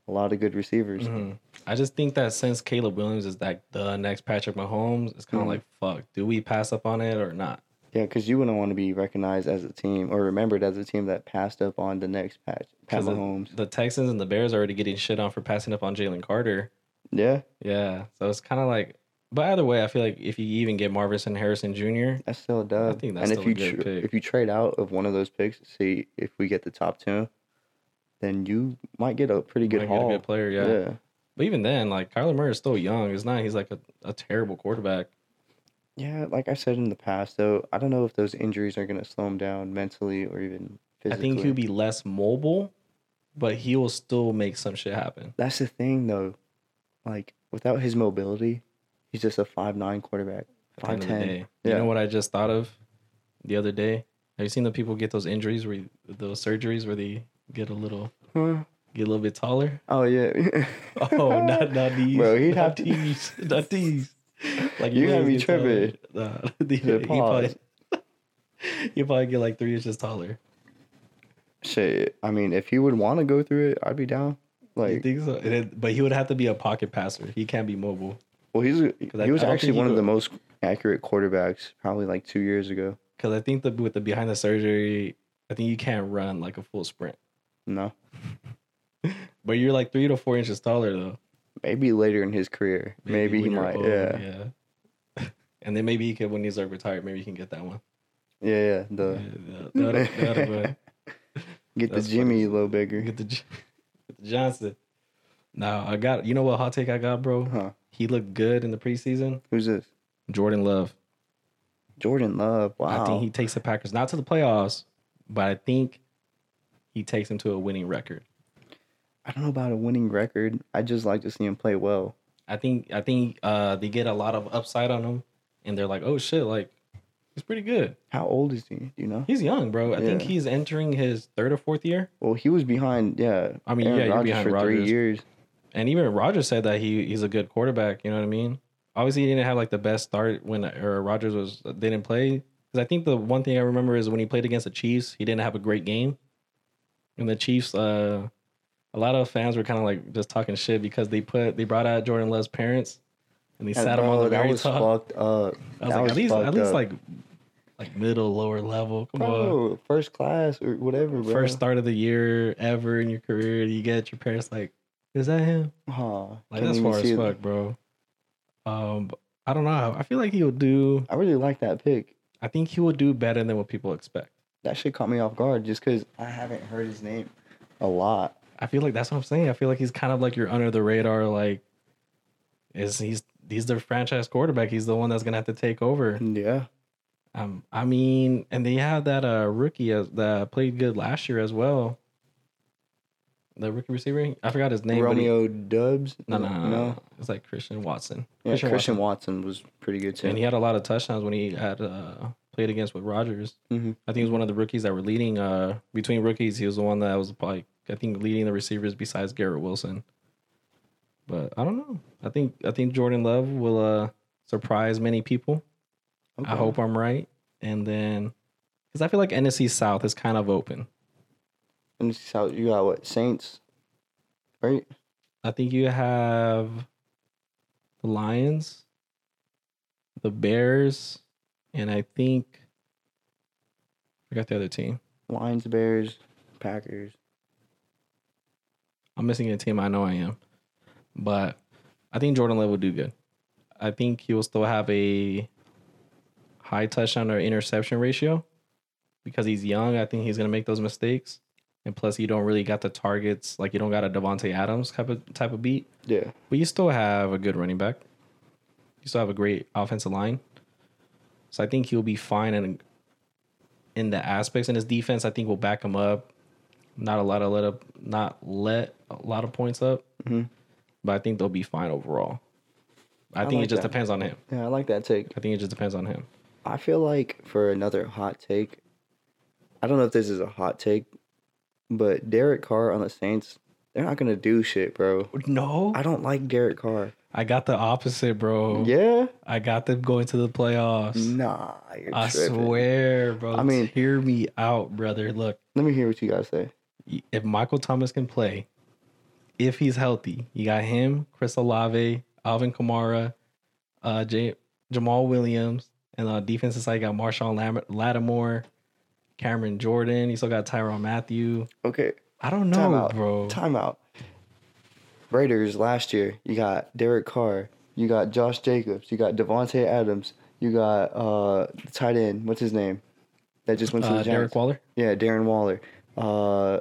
a lot of good receivers. Mhm. I just think that since Caleb Williams is like the next Patrick Mahomes, it's kind Mhm. of like fuck, do we pass up on it or not? Yeah, because you wouldn't want to be recognized as a team or remembered as a team that passed up on the next patch, Pat 'Cause it- Mahomes. The Texans and the Bears are already getting shit on for passing up on Jalen Carter. Yeah, Yeah. So it's kind of like, but either way, I feel like if you even get Marvin Harrison Jr., That's still a dub. think that's and still a if you good tr- pick. if you trade out of one of those picks, see if we get the top two, then you might get a pretty good might get a haul. good player. Yeah. But even then, like Kyler Murray is still young. It's not, he's like a, a terrible quarterback. yeah, Yeah, Like I said in the past, though, I don't know if those injuries are gonna slow him down mentally or even physically. I think he'll be less mobile, but he will still make some shit happen. That's the thing, though. Like without his mobility, he's just a five nine quarterback. At the end of the 5'10". day. Yeah. You know what I just thought of the other day? Have you seen the people get those injuries where you- those surgeries where they get a little Huh? get a little bit taller? Oh yeah. Oh, not not these. Bro, he'd not have to- these. Not these. Like You had always me get taller. tripping. Nah, the- Yeah, he pause. probably, you probably get like three inches taller. Shit. I mean, if he would want to go through it, I'd be down. you Like, think so? And then- but he would have to be a pocket passer. He can't be mobile. well, he's a- I- he was I don't actually think he one of could- the most accurate quarterbacks probably like two years ago. Because I think the with the behind the surgery, I think you can't run like a full sprint. No, But you're like three to four inches taller though. maybe later in his career. Maybe, he when you're might. old, yeah. yeah, yeah. and then maybe he could when he's like retired, maybe he can get that one. yeah, The Yeah, that- that'll- that'll work. get the That's funny. Jimmy a little bigger. Get the, J- get the Johnson. Now I got you know what hot take I got, bro. Huh? He looked good in the preseason. Who's this? Jordan Love. Jordan Love. Wow. I think he takes the Packers not to the playoffs, but I think he takes them to a winning record. I don't know about a winning record. I just like to see him play well. I think I think uh, they get a lot of upside on him, and they're like, oh shit, like he's pretty good. How old is he? Do you know? He's young, bro. I think Yeah. he's entering his third or fourth year. Well, he was behind. Yeah. I mean, yeah, you're Rodgers behind for three Rodgers. years. And even Rogers said that he he's a good quarterback. You know what I mean? Obviously, he didn't have like the best start when or Rogers was didn't play. Because I think the one thing I remember is when he played against the Chiefs, he didn't have a great game. And the Chiefs, uh, a lot of fans were kind of like just talking shit because they put they brought out Jordan Love's parents and they And sat him on bro, the that very was top. fucked I was up. that like, was at least fucked at least up. like like middle, lower level. Come on. Bro, first class or whatever, bro. First start of the year ever in your career. You get your parents like, is that him? Aw, Like couldn't that's even far see as it. fuck, bro. Um, but I don't know. I feel like he will do. I really like that pick. I think he will do better than what people expect. That shit caught me off guard just because I haven't heard his name a lot. I feel like that's what I'm saying. I feel like he's kind of like you're under the radar. Like, is he's he's their franchise quarterback? He's the one that's gonna have to take over. Yeah. Um, I mean, and they have that uh rookie as, that played good last year as well. The rookie receiver, I forgot his name. but he- Romeo Dubs. no, no, no, no, It's like Christian Watson. Yeah, Christian, Watson. was pretty good too. And he had a lot of touchdowns when he had uh, played against with Rodgers. Mhm. I think he was one of the rookies that were leading. Uh, between rookies, he was the one that was like I think leading the receivers besides Garrett Wilson. But I don't know. I think I think Jordan Love will uh, surprise many people. I Okay. hope I'm right. And then, because I feel like NFC South is kind of open. And this is how you got what Saints, right? I think you have the Lions, the Bears, and I think I forgot the other team. Lions, Bears, Packers. I'm missing a team. I know I am, but I think Jordan Love will do good. I think he will still have a high touchdown or interception ratio because he's young. I think he's gonna make those mistakes, and plus, you don't really got the targets like you don't got a Devonte Adams type of type of beat. Yeah. But you still have a good running back. You still have a great offensive line. So I think he'll be fine in in the aspects and his defense I think will back him up. Not a lot of let up not let a lot of points up. Mhm. But I think they'll be fine overall. I, I think it like just that. depends on him. Yeah, I like that take. I think it just depends on him. I feel like for another hot take, I don't know if this is a hot take, but Derek Carr on the Saints, they're not gonna do shit, bro. No. I don't like Derek Carr. I got the opposite, bro. Yeah. I got them going to the playoffs. Nah, you're I tripping. swear, bro. I mean- hear me out, brother. Look, Let me hear what you guys say. if Michael Thomas can play, if he's healthy, you got him, Chris Olave, Alvin Kamara, uh, J- Jamal Williams, and uh, defensive side you got Marshawn Lam- Lattimore, Cameron Jordan. You still got Tyron Matthew. Okay, I don't Time know, out. bro. time out. Raiders last year, you got Derek Carr, you got Josh Jacobs, you got Devontae Adams, you got uh the tight end, what's his name? That just went to Uh, the Derek Giants. Waller. yeah, Darren Waller. Uh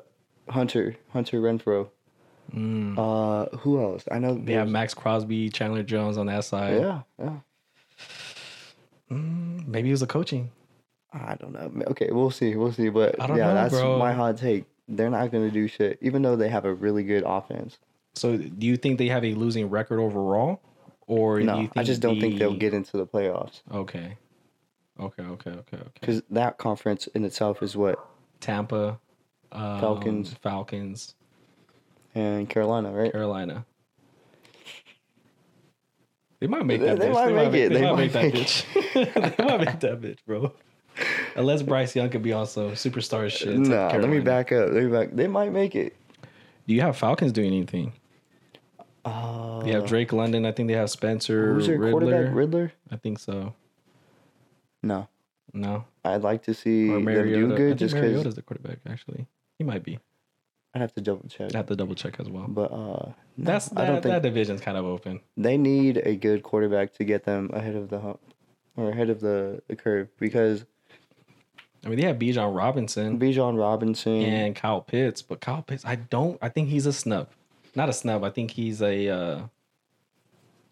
Hunter, Hunter Renfro. Mm. Uh, who else? I know. They have there's- Max Crosby, Chandler Jones on that side. Yeah, yeah. Mm, maybe it was the coaching. I don't know. ma- Okay, we'll see. We'll see. But I don't yeah, know, that's bro. my hot take. They're not going to do shit, even though they have a really good offense. So, do you think they have a losing record overall, or do you No, think I just don't think they'll the- get into the playoffs Okay, okay, okay, okay, okay. because that conference in itself is what Tampa, um, Falcons. Falcons, and Carolina, right? Carolina. They might make They- that. they bitch. might make it. They, might make that bitch. they might make that bitch, bro. Unless Bryce Young could be on some superstar shit. take Nah, let me Carolina. back up. Let me back. They might make it. Do you have Falcons doing anything? Uh, They have Drake London. I think they have Spencer who's their Riddler. quarterback? Riddler? I think so. No, No, I'd like to see or them Mariota. do I good think just because Mariota's the quarterback. Actually, he might be. I'd have to double check. I have to double check as well. But uh, no, That's that, I don't think that division's kind of open. they need a good quarterback to get them ahead of the hump or ahead of the, the curve because I mean, they have Bijan Robinson. Bijan Robinson. and Kyle Pitts, but Kyle Pitts, I don't. I think he's a snub, not a snub. I think he's a uh,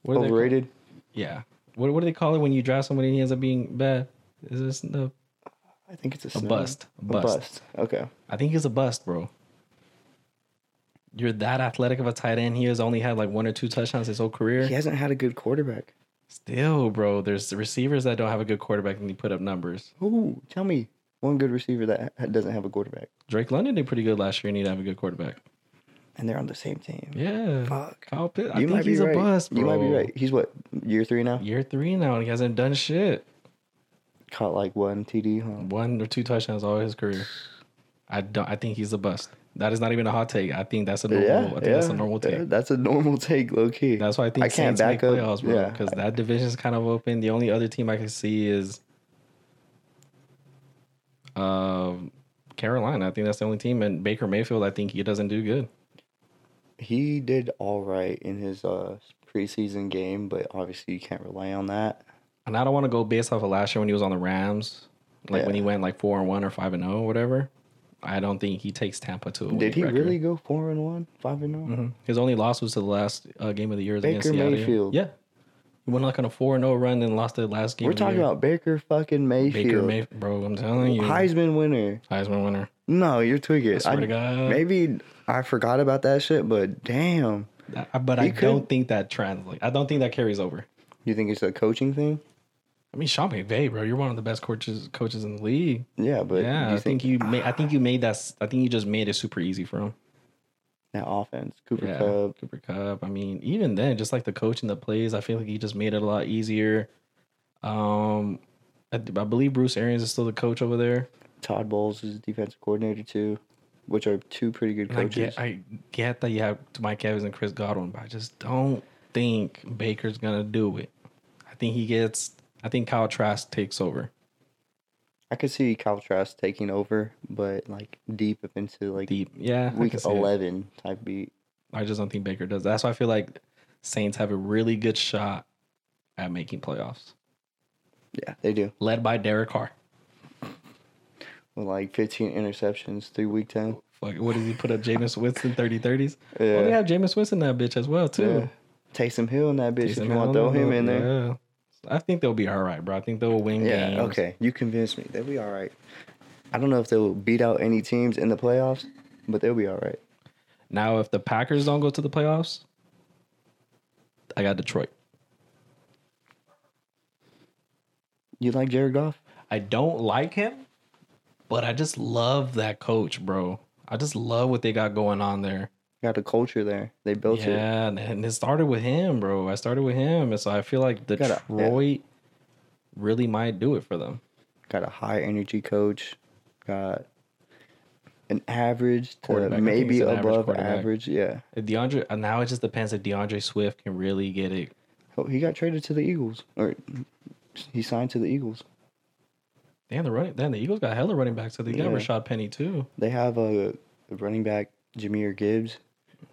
what do they call- Overrated. Yeah. What what do they call it when you draft somebody and he ends up being bad? Is it a snub? I think it's a, A snub. bust. A A bust. bust. Okay. I think he's a bust, bro. You're that athletic of a tight end. He has only had like one or two touchdowns his whole career. He hasn't had a good quarterback. Still, bro. There's receivers that don't have a good quarterback and they put up numbers. Ooh, tell me one good receiver that ha- doesn't have a quarterback, Drake London did pretty good last year. and He didn't have a good quarterback. and they're on the same team. Yeah. Fuck. Kyle Pitts. I you think might be he's right. a bust, bro. You might be right. He's what year three now? Year three now, and he hasn't done shit. Caught like one TD. Huh? one or two touchdowns all his career. I don't. I think he's a bust. That is not even a hot take. I think that's a normal. I think that's a normal yeah, take. that's a normal take, low key. That's why I think I can't Saints make back up- playoffs, bro. yeah. Because that division's kind of open. The only other team I can see is uh, Carolina. I think that's the only team. And Baker Mayfield, I think he doesn't do good. He did all right in his uh, preseason game, but obviously you can't rely on that. And I don't want to go based off of last year when he was on the Rams, like when he went like four and one or five and zero or whatever. I don't think he takes Tampa to. A winning Did he record. really go four and one, five and oh? 0 Mhm. His only loss was to the last uh, game of the year was against Baker Seattle. Mayfield. Yeah, he went like on a four and zero run, then lost the last game. We're of the talking year. about Baker fucking Baker Mayfield, Mayfield, bro. I'm telling you, Heisman winner. Heisman winner. No, you're I twigging. swear to God. Maybe I forgot about that shit, but damn, I- but I He could- don't think that translates. I don't think that carries over. you think it's a coaching thing? I mean, Sean McVay, bro, you're one of the best coaches coaches in the league. Yeah, but yeah, do you I think, think, you made. I think you made that. s- I think you just made it super easy for him. that offense, Cooper Yeah, Cup, Cooper Cup. I mean, even then, just like the coach and the plays, I feel like he just made it a lot easier. Um, I, I believe Bruce Arians is still the coach over there. Todd Bowles is defensive coordinator too, which are two pretty good And I coaches. get, I get that you have Mike Evans and Chris Godwin, but I just don't think Baker's gonna do it. I think he gets. I think Kyle Trask takes over I could see Kyle Trask taking over, but like deep up into like deep. Yeah, I week can see it. eleven type beat. I just don't think Baker does. that. That's why I feel like Saints have a really good shot at making playoffs, Yeah, they do. led by Derek Carr. With like fifteen interceptions through week ten. Like, what does he put up? Jameis Winston 30 30s? Yeah. Well, they have Jameis Winston that bitch as well, Yeah. too. uh, Taysom Hill in that bitch Jason if you want to Allen, throw him in there. yeah. I think they'll be all right, bro. I think they'll win Yeah, games. okay. You convinced me. They'll be all right. I don't know if they'll beat out any teams in the playoffs, but they'll be all right. Now, if the Packers don't go to the playoffs, I got Detroit. You like Jared Goff? I don't like him, but I just love that coach, bro. I just love what they got going on there. Got a culture there. They built it. Yeah, and- and it started with him, bro. I started with him, and so I feel like Gotta- yeah. Detroit really might do it for them. Got a high energy coach. Got an average to Quarterback. I think maybe he's an average above quarterback. average. Yeah. If DeAndre and now it just depends if DeAndre Swift can really get it. Oh, he got traded to the Eagles, or he signed to the Eagles. Damn the running. Damn the Eagles got hella running backs. So they got Yeah. Rashad Penny too. They have a, a running back, Jameer Gibbs.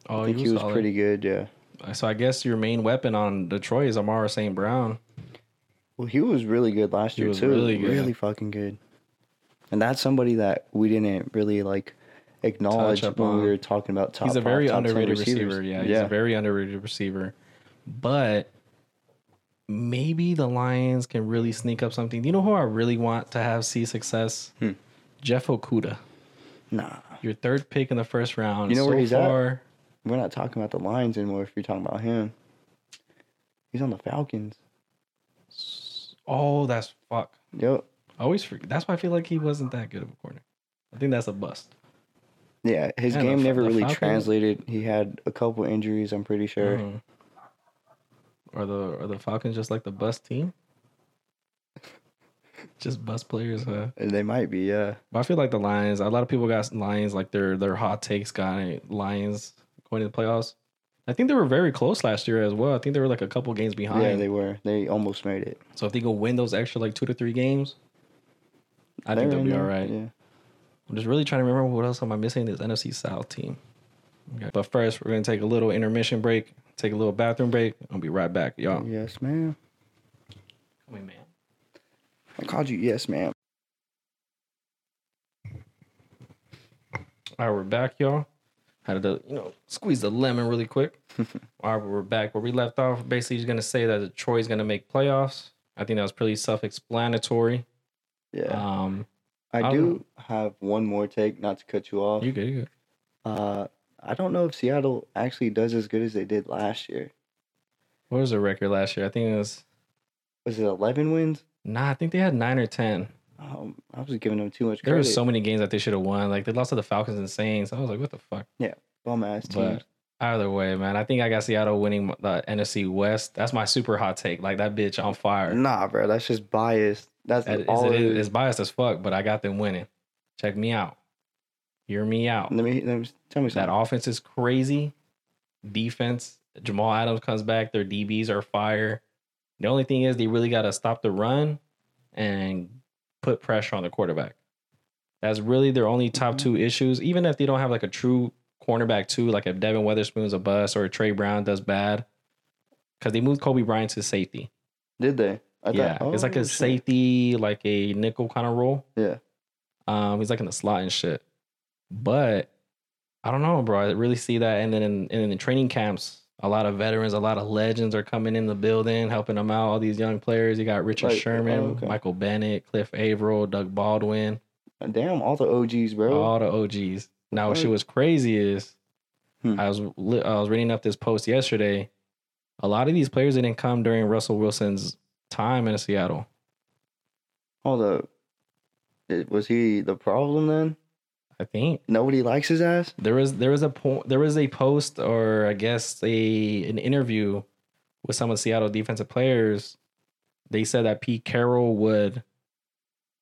Oh, I think he was, solid. pretty good. Yeah. So I guess your main weapon on Detroit is Amara St. Brown. Well, he was really good last He year was too. really good. Really fucking good. And that's somebody that we didn't really like acknowledge Touch up when on. we were talking about top. he's a five, very top ten underrated receivers. receiver. Yeah, he's yeah. a very underrated receiver. But maybe the Lions can really sneak up something. You know who I really want to have see success? Hmm. Jeff Okuda, nah, your third pick in the first round. You know so where he's at? far, we're not talking about the Lions anymore. If you're talking about him, he's on the Falcons. Oh, that's fuck. Yep. I always forget. That's why I feel like he wasn't that good of a corner. I think that's a bust. Yeah, his Yeah, the game Fa- never the really Falcons- translated. He had a couple injuries, I'm pretty sure. Mhm. Are the are the Falcons just like the bust team? just bust players, huh? They might be, yeah. But I feel like the Lions. A lot of people got Lions like their their hot takes got it. Lions going to the playoffs. I think they were very close last year as well. I think they were like a couple games behind. Yeah, they were. They almost made it. so if they go win those extra like two to three games, I think They're they'll in be all there, right. Yeah. I'm just really trying to remember what else am I missing this NFC South team. Okay. But first, we're gonna take a little intermission break, take a little bathroom break. I'll be right back, y'all. Yes, ma'am. Wait, man. I called you yes, ma'am. All right, we're back, y'all. Had to, you know, squeeze the lemon really quick. All right, we're back where we left off. We're basically just gonna say that Detroit's gonna make playoffs. I think that was pretty self-explanatory. Yeah. Um, I I do have one more take, not to cut you off. you good? You good? Uh, I don't know if Seattle actually does as good as they did last year. What was their record last year? I think it was Was it 11 wins? nah. I think they had nine or ten. Um, I was giving them too much There were credit. so many games that they should have won. Like they lost to the Falcons and Saints. I was like, what the fuck? bum ass teams. But either way, man, I think I got Seattle winning the NFC West. That's my super hot take. Like that bitch on fire. Nah, bro, that's just biased. That's That is- all it it is, is. it's biased as fuck, but I got them winning. Check me out. Hear me out. Let me, let me tell me That something. offense is crazy. Defense, Jamal Adams comes back. Their DBs are fire. The only thing is they really got to stop the run and put pressure on the quarterback. That's really their only Mm-hmm. top two issues. Even if they don't have like a true cornerback two, like if Devin Weatherspoon's a bust or Trey Brown does bad, because they moved Kobe Bryant to safety. Did they? I yeah, it's like oh, a shit. safety, like a nickel kind of role. Yeah. Um, he's like in the slot and shit. But I don't know, bro. I really see that. And then in, and in the training camps, a lot of veterans, a lot of legends are coming in the building, helping them out. All these young players. You got Richard Like, oh, Sherman, okay. Michael Bennett, Cliff Averill, Doug Baldwin, Uh, Damn, all the OGs, bro. all the OGs. Now, what shit Right. was crazy is Hmm. I was li- I was reading up this post yesterday. A lot of these players didn't come during Russell Wilson's time in Seattle. Hold up. Did- Was he the problem then? I think Nobody likes his ass? there was there was a point there was a post or I guess a an interview with some of Seattle defensive players. They said that Pete Carroll would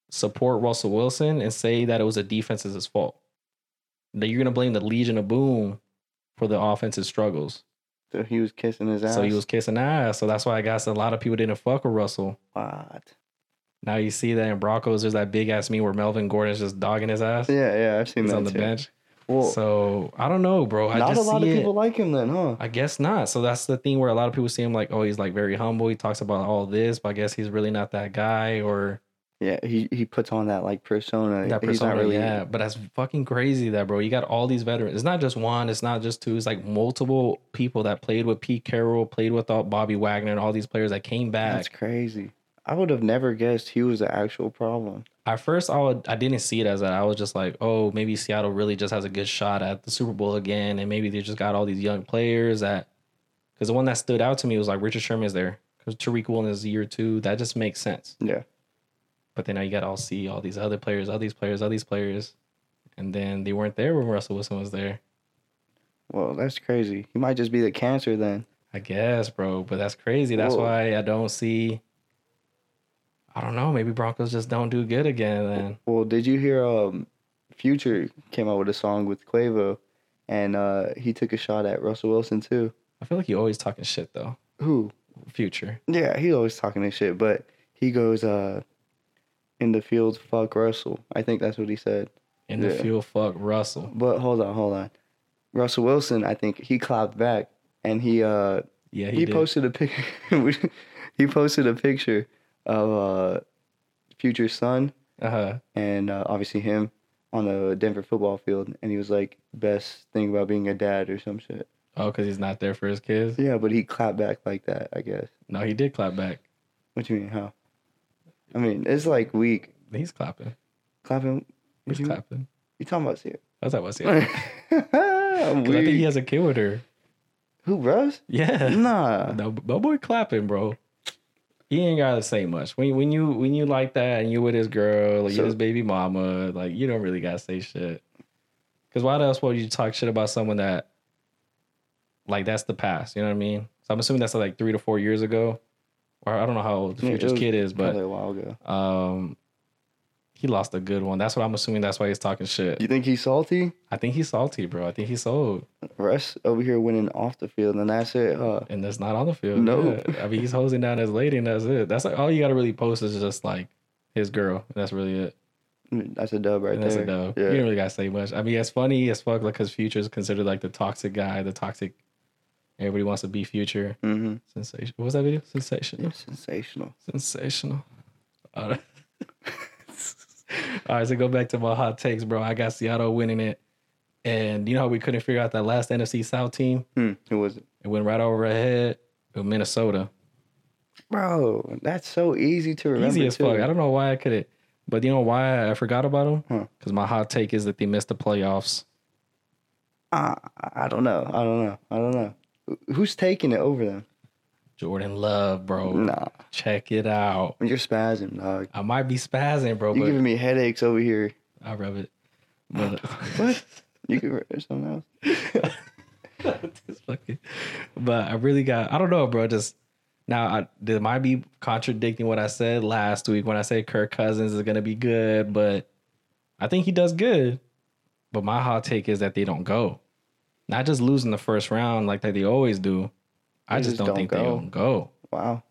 support Russell Wilson and say that it was the defense's his fault. That you're gonna blame the Legion of Boom for the offense's struggles. So he was kissing his ass. So he was kissing ass. So that's why I guess a lot of people didn't fuck with Russell. What? Now you see that in Broncos, there's that big ass me where Melvin Gordon's just dogging his ass. Yeah, yeah, I've seen He's that on the too. bench. Well, So I don't know, bro. I not a just lot of see it. people like him then, huh? I guess not. So that's the thing where a lot of people see him like, oh, he's like very humble. He talks about all this, but I guess he's really not that guy or Yeah, he, he puts on that like persona. that He's persona. not really. yeah, but that's fucking crazy, that bro. You got all these veterans. It's not just one. It's not just two. It's like multiple people that played with Pete Carroll, played with all Bobby Wagner, and all these players that came That's back. crazy. I would have never guessed he was the actual problem. At first, I would, I didn't see it as that. I was just like, oh, maybe Seattle really just has a good shot at the Super Bowl again, and maybe they just got all these young players that. Because the one that stood out to me was like Richard Sherman's there. Because Tariq Woolen is year two. That just makes sense. Yeah. But then now you got to all see all these other players, all these players, all these players, and then they weren't there when Russell Wilson was there. Well, that's crazy. He might just be the cancer then. I guess, bro. But that's crazy. That's Whoa. why I don't see. I don't know. Maybe Broncos just don't do good again. Then Well, did you hear um Future came out with a song with Quavo and uh he took a shot at Russell Wilson too. I feel like he always talking shit though. Who? Future. Yeah, he always talking this shit, but he goes uh in the field, fuck Russell. I think that's what he said. In the Yeah. field, fuck Russell. But hold on, hold on. Russell Wilson, I think he clapped back and he uh Yeah, he, he, did. posted a pic he posted a picture of uh future son uh huh. and uh, obviously him on the Denver football field and he was like best thing about being a dad or some shit. Oh, because he's not there for his kids. Yeah, but he clapped back like that, I guess. No, he did clap back. What you mean, how? I mean, it's like weak He's clapping. clapping. What He's you mean? clapping. You talking about Sierra? That's how I see it. I'm 'Cause I think he weak. has a kid with her. Who, Russ? Yeah. Nah. No, no boy clapping, bro. He ain't gotta say much. When when you when you like that and you with his girl, like you So- his baby mama, like you don't really gotta say shit. Cause why else would you talk shit about someone that like that's the past, you know what I mean? So I'm assuming that's like three to four years ago. Or I don't know how old the Yeah, it future's was kid is, Probably but a while ago. um he lost a good one. That's what I'm assuming that's why he's talking shit. You think he's salty? I think he's salty, bro. I think he's sold. Russ over here winning off the field, and that's it, huh? and that's not on the field. No. Yeah. I mean he's hosing down his lady, and that's it. That's like all you gotta really post is just like his girl. And that's really it. I mean, That's a dub right And that's there. a dub. Yeah. You don't really gotta say much. I mean, it's funny as fuck, like because Future is considered like the toxic guy, the toxic. Everybody wants to be Future. hmm Sensation. What was that video? Sensational. Sensational. Sensational. All right. All right, so go back to my hot takes, bro. I got Seattle winning it, and you know how we couldn't figure out that last NFC South team. Hmm. Who was it? It went right over our head. with Minnesota. Bro, that's so easy to remember. Easy as too. fuck. I don't know why I couldn't. But you know why I forgot about them? Huh. Because my hot take is that they missed the playoffs. I, I don't know. I don't know. I don't know. Wh- Who's taking it over them? Jordan Love, bro. Nah. Check it out. You're spasm, dog. I might be spazzing, bro, You're but giving me headaches over here. I rub it. But What? You could there's something else. It's fucking- but I really got I don't know, bro. Just now I there might be contradicting what I said last week when I said Kirk Cousins is gonna be good, but I think he does good. But my hot take is that they don't go. Not just losing the first round like that they always do. I They just, just don't, don't think they go. don't go. Wow.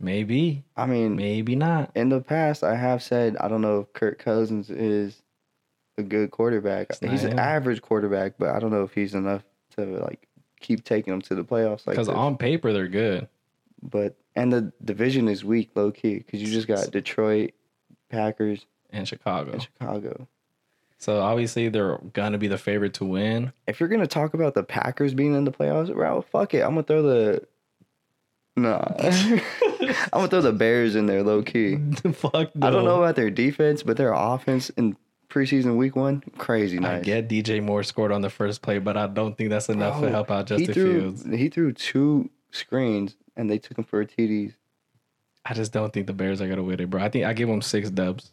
Maybe, I mean, maybe not. in the past, I have said I don't know if Kirk Cousins is a good quarterback. It's not He's him. an average quarterback, but I don't know if he's enough to like keep taking them to the playoffs. Like Because this. on paper they're good. but and the division is weak, low key, because you just got Detroit, Packers, In Chicago. and Chicago. So obviously they're gonna be the favorite to win. If you're gonna talk about the Packers being in the playoffs, Ralph, fuck it, I'm gonna throw the. Nah, I'm gonna throw the Bears in there, low key. Fuck. I no. don't know about their defense, but their offense in preseason week one, crazy I nice. get DJ Moore scored on the first play, but I don't think that's enough Bro, to help out he Justin threw Fields. he threw two screens and they took him for a TDs. I just don't think the Bears are gonna win it, bro. I think I give them six dubs.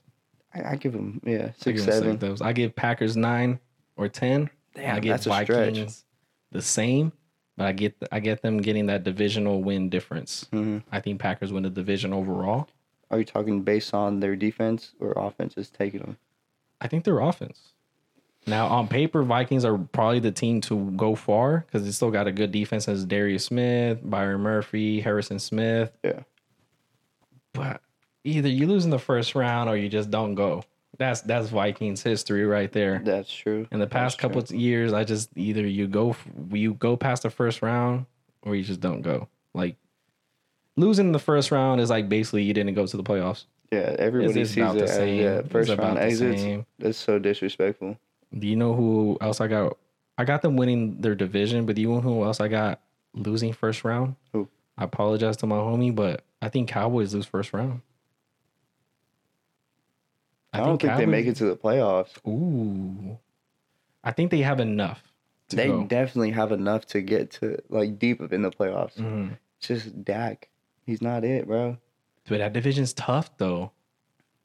I, I give him yeah I give six 'em seven. six dubs. I give Packers nine or ten. Damn, I give that's a Vikings stretch. the same, but I get I get them getting that divisional win difference. Mhm. I think Packers win the division overall. Are you talking based on their defense or offense is taking them? I think they're offense. Now on paper, Vikings are probably the team to go far because they still got a good defense as Darius Smith, Byron Murphy, Harrison Smith. Yeah. But either you lose in the first round or you just don't go. That's that's Vikings history right there. That's true. In the past That's true. couple years, I just either you go f- you go past the first round or you just don't go. Like losing in the first round is like basically you didn't go to the playoffs. yeah, everybody it's sees it. about the as, same. yeah, It's first about round the exits. same. That's so disrespectful. Do you know who else I got? I got them winning their division, but do you know who else I got losing first round? Who? I apologize to my homie, but I think Cowboys lose first round. I, don't think they make it to the playoffs. Ooh, I think they have enough. To They go. definitely have enough to get to like deep in the playoffs. Mhm. Just Dak, he's not it, bro. But that division's tough though.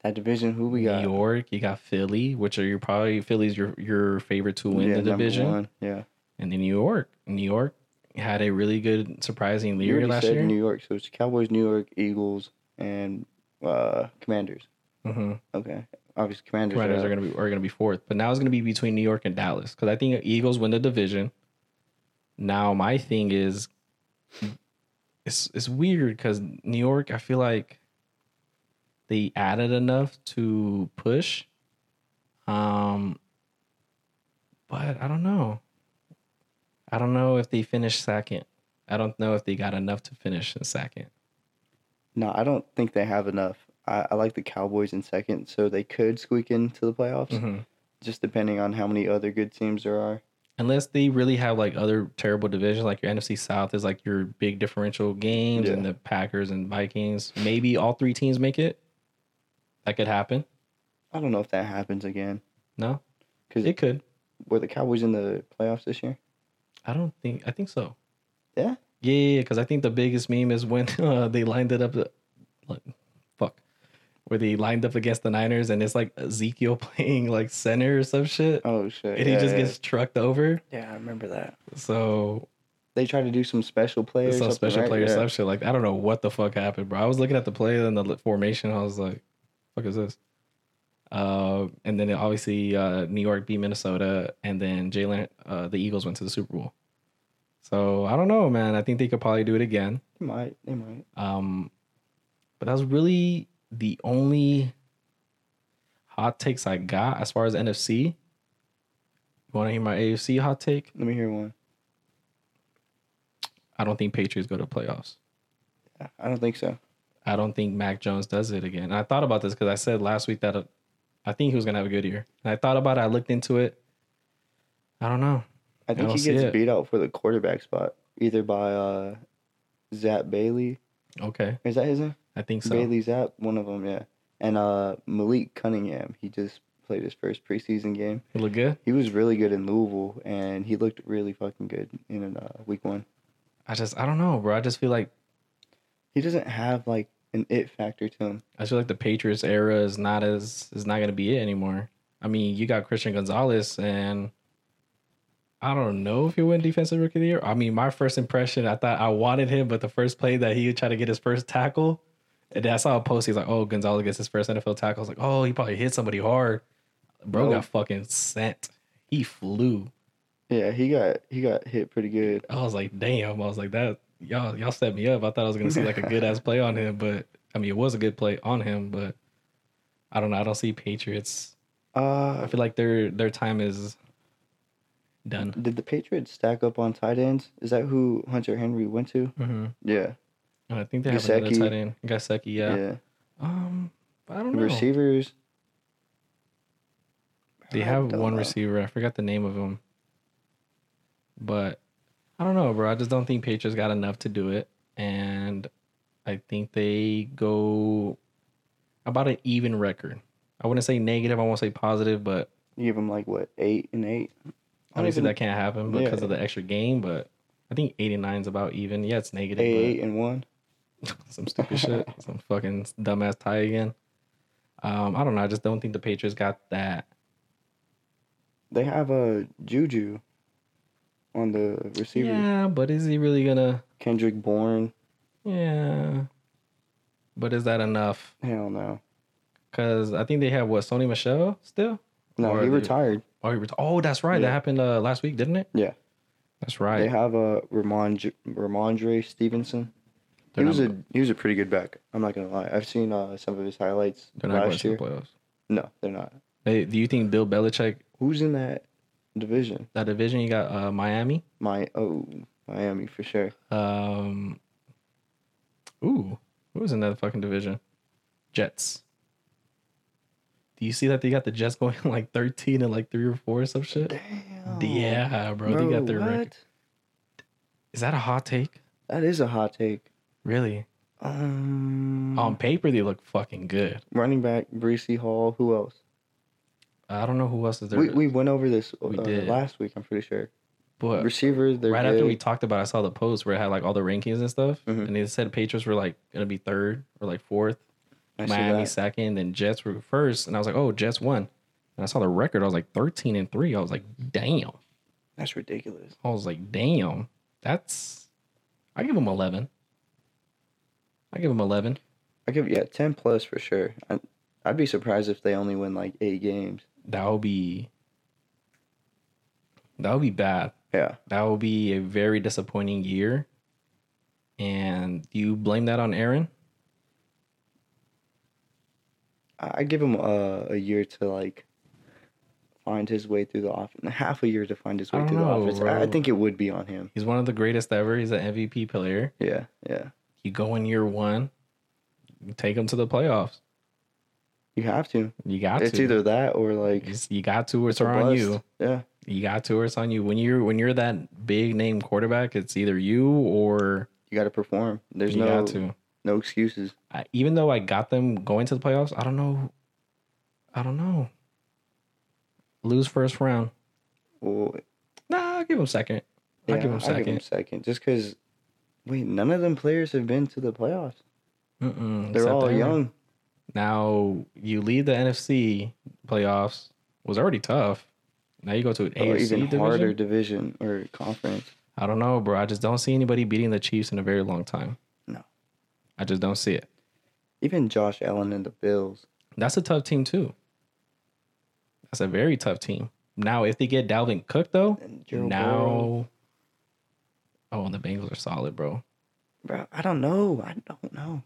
That division, who we got? New York, you got Philly, which are your probably Philly's your your favorite to win Yeah, the number division, one. Yeah, and then New York. New York had a really good surprising you year already last said year. New York, so it's Cowboys, New York, Eagles, and uh Commanders. Mhm. Okay, obviously Commanders. Commanders are are out. going to be are going to be fourth, but now it's going to be between New York and Dallas because I think Eagles win the division. Now my thing is, it's it's weird because New York, I feel like they added enough to push, um, but I don't know. I don't know if they finished second. I don't know if they got enough to finish in second. No, I don't think they have enough. I, I like the Cowboys in second, so they could squeak into the playoffs, Mm-hmm. just depending on how many other good teams there are. unless they really have like other terrible divisions, like your NFC South is like your big differential games, and Yeah. the Packers and Vikings. Maybe all three teams make it. That could happen. I don't know if that happens again. No, 'Cause- it could. Were the Cowboys in the playoffs this year? I don't think. I think so. Yeah? Yeah, yeah. Because I think the biggest meme is when uh, they lined it up. The, like, fuck. Where they lined up against the Niners, and it's like Ezekiel playing like center or some shit, Oh shit! and he yeah, just yeah. gets trucked over. Yeah, I remember that. So They tried to do some special players. some special right? player yeah. stuff shit. Like I don't know what the fuck happened, bro. I was looking at the play and the li- formation. I was like, "Fuck is this?" Uh, and then obviously uh, New York beat Minnesota, and then Jalen, uh, the Eagles went to the Super Bowl. So I don't know, man. I think they could probably do it again. They might. They might. Um, but that was really the only hot takes I got as far as NFC. You want to hear my AFC hot take? Let me hear one. I don't think Patriots go to playoffs. Yeah, I don't think so. I don't think Mac Jones does it again. And I thought about this because I said last week that uh, I think he was gonna have a good year. And I thought about it. I looked into it. I don't know. I think don't he see gets it. beat out for the quarterback spot either by uh, Zap Bailey. Okay, Is that his name? I think so. Bailey Zapp, one of them, yeah. And uh, Malik Cunningham, he just played his first preseason game. He look good. He was really good in Louisville, and he looked really fucking good in uh, week one. I just I don't know, bro. I just feel like He doesn't have like an it factor to him. I feel like the Patriots era is not as is not gonna be it anymore. I mean, you got Christian Gonzalez, and I don't know if he win defensive rookie of the year. I mean, my first impression, I thought I wanted him, but the first play that he tried to get his first tackle, and then I saw a post. He's like, "Oh, Gonzalez gets his first NFL tackle." I was like, "Oh, he probably hit somebody hard." Bro Nope. got fucking sent. He flew. Yeah, he got he got hit pretty good. I was like, "Damn!" I was like, "That y'all y'all set me up." I thought I was gonna see like a good ass play on him, but I mean, it was a good play on him, but I don't know. I don't see Patriots. I Uh, feel like their their time is done. did the Patriots stack up on tight ends? Is that who Hunter Henry went to? Mm-hmm. Yeah. And I think they have another Gesicki. tight end, Gasecki. Yeah. Um, I don't The know. Receivers. They I have don't one know. receiver. I forgot the name of him. But I don't know, bro. I just don't think Patriots got enough to do it. And I think they go about an even record. I wouldn't say negative, I won't say positive, but You give them like what eight and eight. I don't obviously even that can't happen yeah. because of the extra game. But I think 89 is about even. Yeah, it's negative. eight, but- eight and one. some stupid shit, some fucking dumbass tie again. Um, I don't know. I just don't think the Patriots got that. They have a Juju on the receiver. Yeah, but is he really gonna? Kendrick Bourne. Yeah, but is that enough? Hell no. Because I think they have what Sony Michelle still. No, Or he they- retired. Oh, he ret- oh, that's right. That Yeah. happened uh, last week, didn't it? Yeah. that's They right. have a Ramon Ramondre Stevenson. They're he was not- a he was a pretty good back. I'm not gonna lie. I've seen uh, some of his highlights They're not going last to the year. playoffs. no, they're not. They, do you think Bill Belichick Who's in that division? that division? You got uh, Miami. My oh, Miami for sure. Um, ooh, who was in that fucking division? Jets. Do you see that they got the Jets going like 13 and like three or four or some shit? Damn. Yeah, bro. they got their record. Is that a hot take? That is a hot take. Really? Um, On paper, they look fucking good. running back Breesy Hall. Who else? I don't know who else is there. We, we went over this uh, We did. last week. I'm pretty sure. but Receiver. They're right good. after we talked about it, I saw the post where it had like all the rankings and stuff. Mhm. And they said Patriots were like going to be third or like fourth. I see Miami that. second, then Jets were first, and I was like, oh, Jets won. And I saw the record. I was like thirteen and three. I was like, damn. That's ridiculous. I was like, damn. That's. I give them eleven. I give them eleven. I give yeah ten plus for sure. I, I'd be surprised if they only win like eight games. That would be. That would be bad. Yeah, That would be a very disappointing year. And do you blame that on Aaron? I I'd give him uh, a, a year to like find his way through the offense. Half a year to find his I way don't through know, the offense. I, I bro. think it would be on him. He's one of the greatest ever. He's an MVP player. Yeah, yeah. You go in year one, you take him to the playoffs. You have to. You got It's to. either that or like It's- you got to or it's a on bust. you. Yeah, You got to or it's on you. When you're when you're that big name quarterback, it's either you or you got to perform. There's you no got to. no excuses. I, even though I got them going to the playoffs, I don't know. I don't know. Lose first round. Well, Nah, I'll give them second. I'll yeah, give them I'll give him second. second. Just because. Wait, none of them players have been to the playoffs. Mm-mm, They're except all Aaron. young. Now you lead the NFC playoffs. Was already tough. Now you go to an AFC or Oh, even division. harder division or conference. I don't know, bro. I just don't see anybody beating the Chiefs in a very long time. No. I just don't see it. Even Josh Allen and the Bills. That's a tough team too. That's a very tough team. Now, if they get Dalvin Cook though, And Joe now Burrow. oh, and the Bengals are solid, bro. Bro, I don't know. I don't know.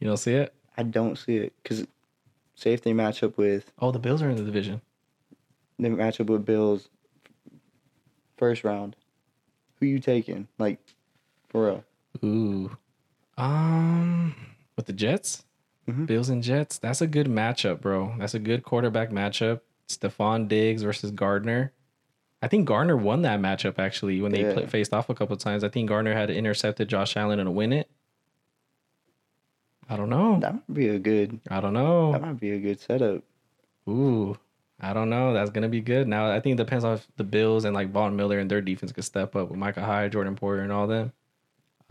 You don't see it? I don't see it because say if they match up with Oh, the Bills are in the division. they match up with Bills first round, who you taking? Like for real? Ooh, um, with the Jets, Mhm. Bills and Jets. That's a good matchup, bro. That's a good quarterback matchup. Stephon Diggs versus Gardner. I think Gardner won that matchup actually when they Yeah. pla- faced off a couple of times. I think Gardner had intercepted Josh Allen and win it. I don't know. That might be a good. I don't know. That might be a good setup. Ooh, I don't know. That's gonna be good. Now I think it depends on if the Bills and like Vaughn Miller and their defense could step up with Micah Hyde, Jordan Porter, and all them.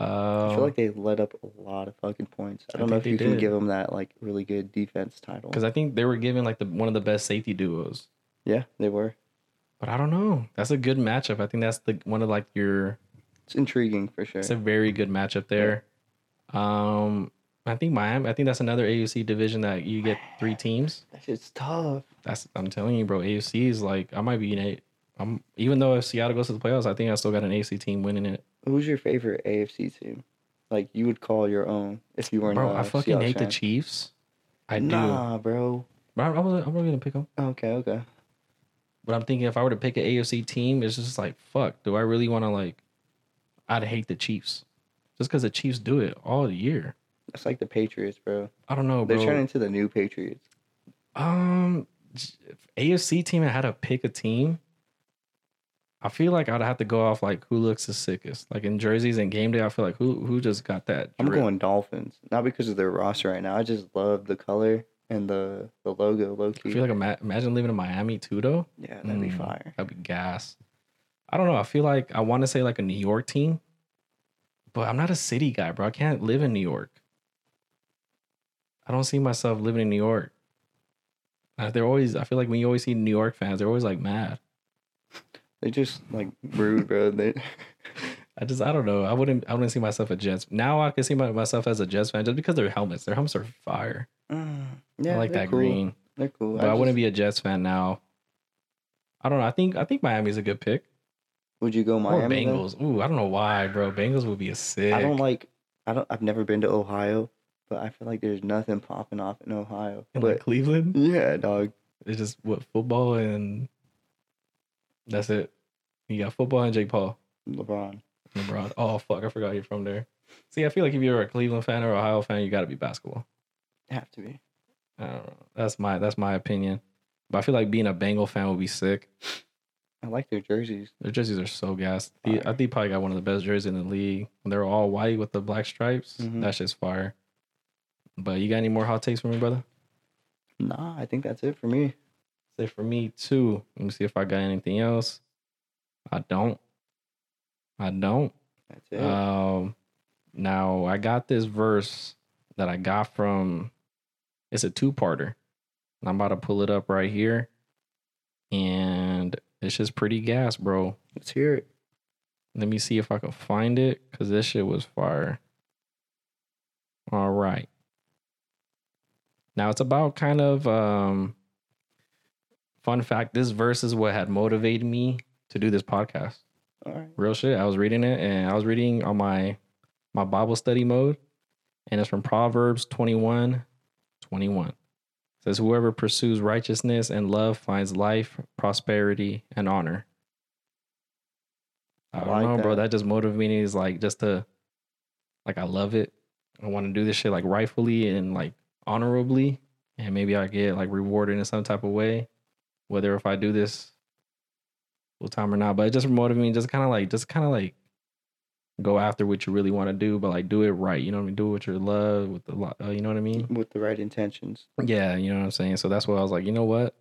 Um, I feel like they let up a lot of fucking points. I I don't know think if they you can did. give them that like really good defense title. because I think they were given like the one of the best safety duos. Yeah, they were. But I don't know. That's a good matchup. I think that's the one of like your. It's intriguing for sure. It's a very good matchup there. Um, I think Miami. I think that's another AUC division that you get three teams. That shit's tough. That's I'm telling you, bro. AUC is like I might be in a. I'm even though if Seattle goes to the playoffs, I think I still got an AUC team winning it. Who's your favorite AFC team? Like you would call your own if you weren't. Bro, a I fucking Seahawks hate fan. the Chiefs. I do. Nah, bro. But I, I was I'm really gonna pick them. Okay, okay. But I'm thinking if I were to pick an AFC team, it's just like fuck. Do I really want to like? I'd hate the Chiefs, just because the Chiefs do it all year. That's like the Patriots, bro. I don't know, They're Oh, bro. turning into the new Patriots. Um, j- AFC team. I had to pick a team. I feel like I'd have to go off like who looks the sickest. Like in jerseys and game day, I feel like who who just got that. I'm drip. going Dolphins, not because of their roster right now. I just love the color and the the logo, low I key. feel like ima- imagine living in Miami too, though. yeah, that'd be Mm. fire. That'd be gas. I don't know. I feel like I want to say like a New York team, but I'm not a city guy, bro. I can't live in New York. I don't see myself living in New York. Like, they're always. I feel like when you always see New York fans, they're always like mad. They're just like rude, bro. They, I just. I don't know. I wouldn't. I wouldn't see myself a Jets. Now I can see my, myself as a Jets fan just because their helmets. Their helmets are fire. Mm, yeah, I like they're that cool. green. They're cool. But I, wouldn't be a Jets fan now. I don't know. I think. I think Miami's a good pick. Would you go or Miami? though? Bengals. Ooh, I don't know why, bro. Bengals would be a sick. I don't like. I don't. I've never been to Ohio, but I feel like there's nothing popping off in Ohio. in but like Cleveland. yeah, dog. It's just what football and that's it. You got football and Jake Paul, LeBron. LeBron. Oh fuck, I forgot you're from there. See, I feel like if you're a Cleveland fan or Ohio fan, you got to be basketball. Have to be. I don't know. That's my that's my opinion. But I feel like being a Bengal fan would be sick. I like their jerseys. Their jerseys are so gassed. The, I think probably got one of the best jerseys in the league. They're all white with the black stripes. Mhm. That shit's fire. But you got any more hot takes for me, brother? Nah, I think that's it for me. Say for me too. Let me see if I got anything else. I don't. I don't. That's it. Um now I got this verse that I got from it's a two-parter. And I'm about to pull it up right here. And it's just pretty gas, bro. Let's hear it. Let me see if I can find it because this shit was fire. All right. Now it's about kind of um fun fact. This verse is what had motivated me to do this podcast. All right. Real shit. I was reading it and I was reading on my my Bible study mode, and it's from Proverbs 21, 21. It says, Whoever pursues righteousness and love finds life, prosperity, and honor. I I don't like know, bro. that. That just motivated me is like just to like I love it. I want to do this shit like rightfully and like honorably. And maybe I get like rewarded in some type of way. Whether if I do this full time or not. But it just motivated me just kinda like just kinda like go after what you really want to do, but like do it right. You know what I mean? Do it with your love, with the lo- uh, you know what I mean? With the right intentions. Yeah, you know what I'm saying. So that's what I was like. You know what?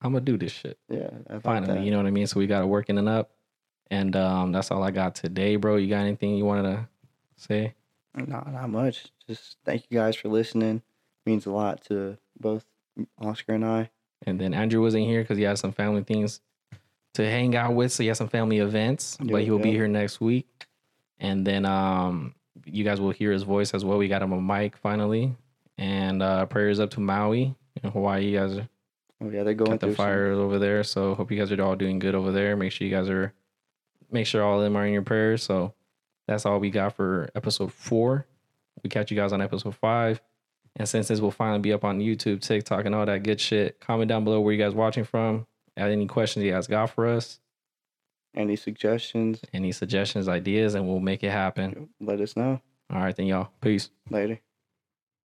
I'm gonna do this shit Yeah. I like finally. that. You know what I mean? So we got it working and up, and um, that's all I got today, bro. You got anything you wanted to say? No, not much. Just thank you guys for listening. Means a lot to both Oscar and I. And then Andrew wasn't here because he had some family things to hang out with, so he had some family events. but Yep, he'll be yep. here next week, and then um, you guys will hear his voice as well. We got him a mic finally, and uh, prayers up to Maui in Hawaii. You guys are Oh yeah, they're going got through the some- fires over there. So hope you guys are all doing good over there. Make sure you guys are make sure all of them are in your prayers. So that's all we got for episode four. We catch you guys on episode five. And since this will finally be up on YouTube, TikTok, and all that good shit, comment down below where you guys watching from. Add any questions you guys got for us, Any suggestions? any suggestions, ideas, and we'll make it happen. Let us know All right, then y'all. Peace. later.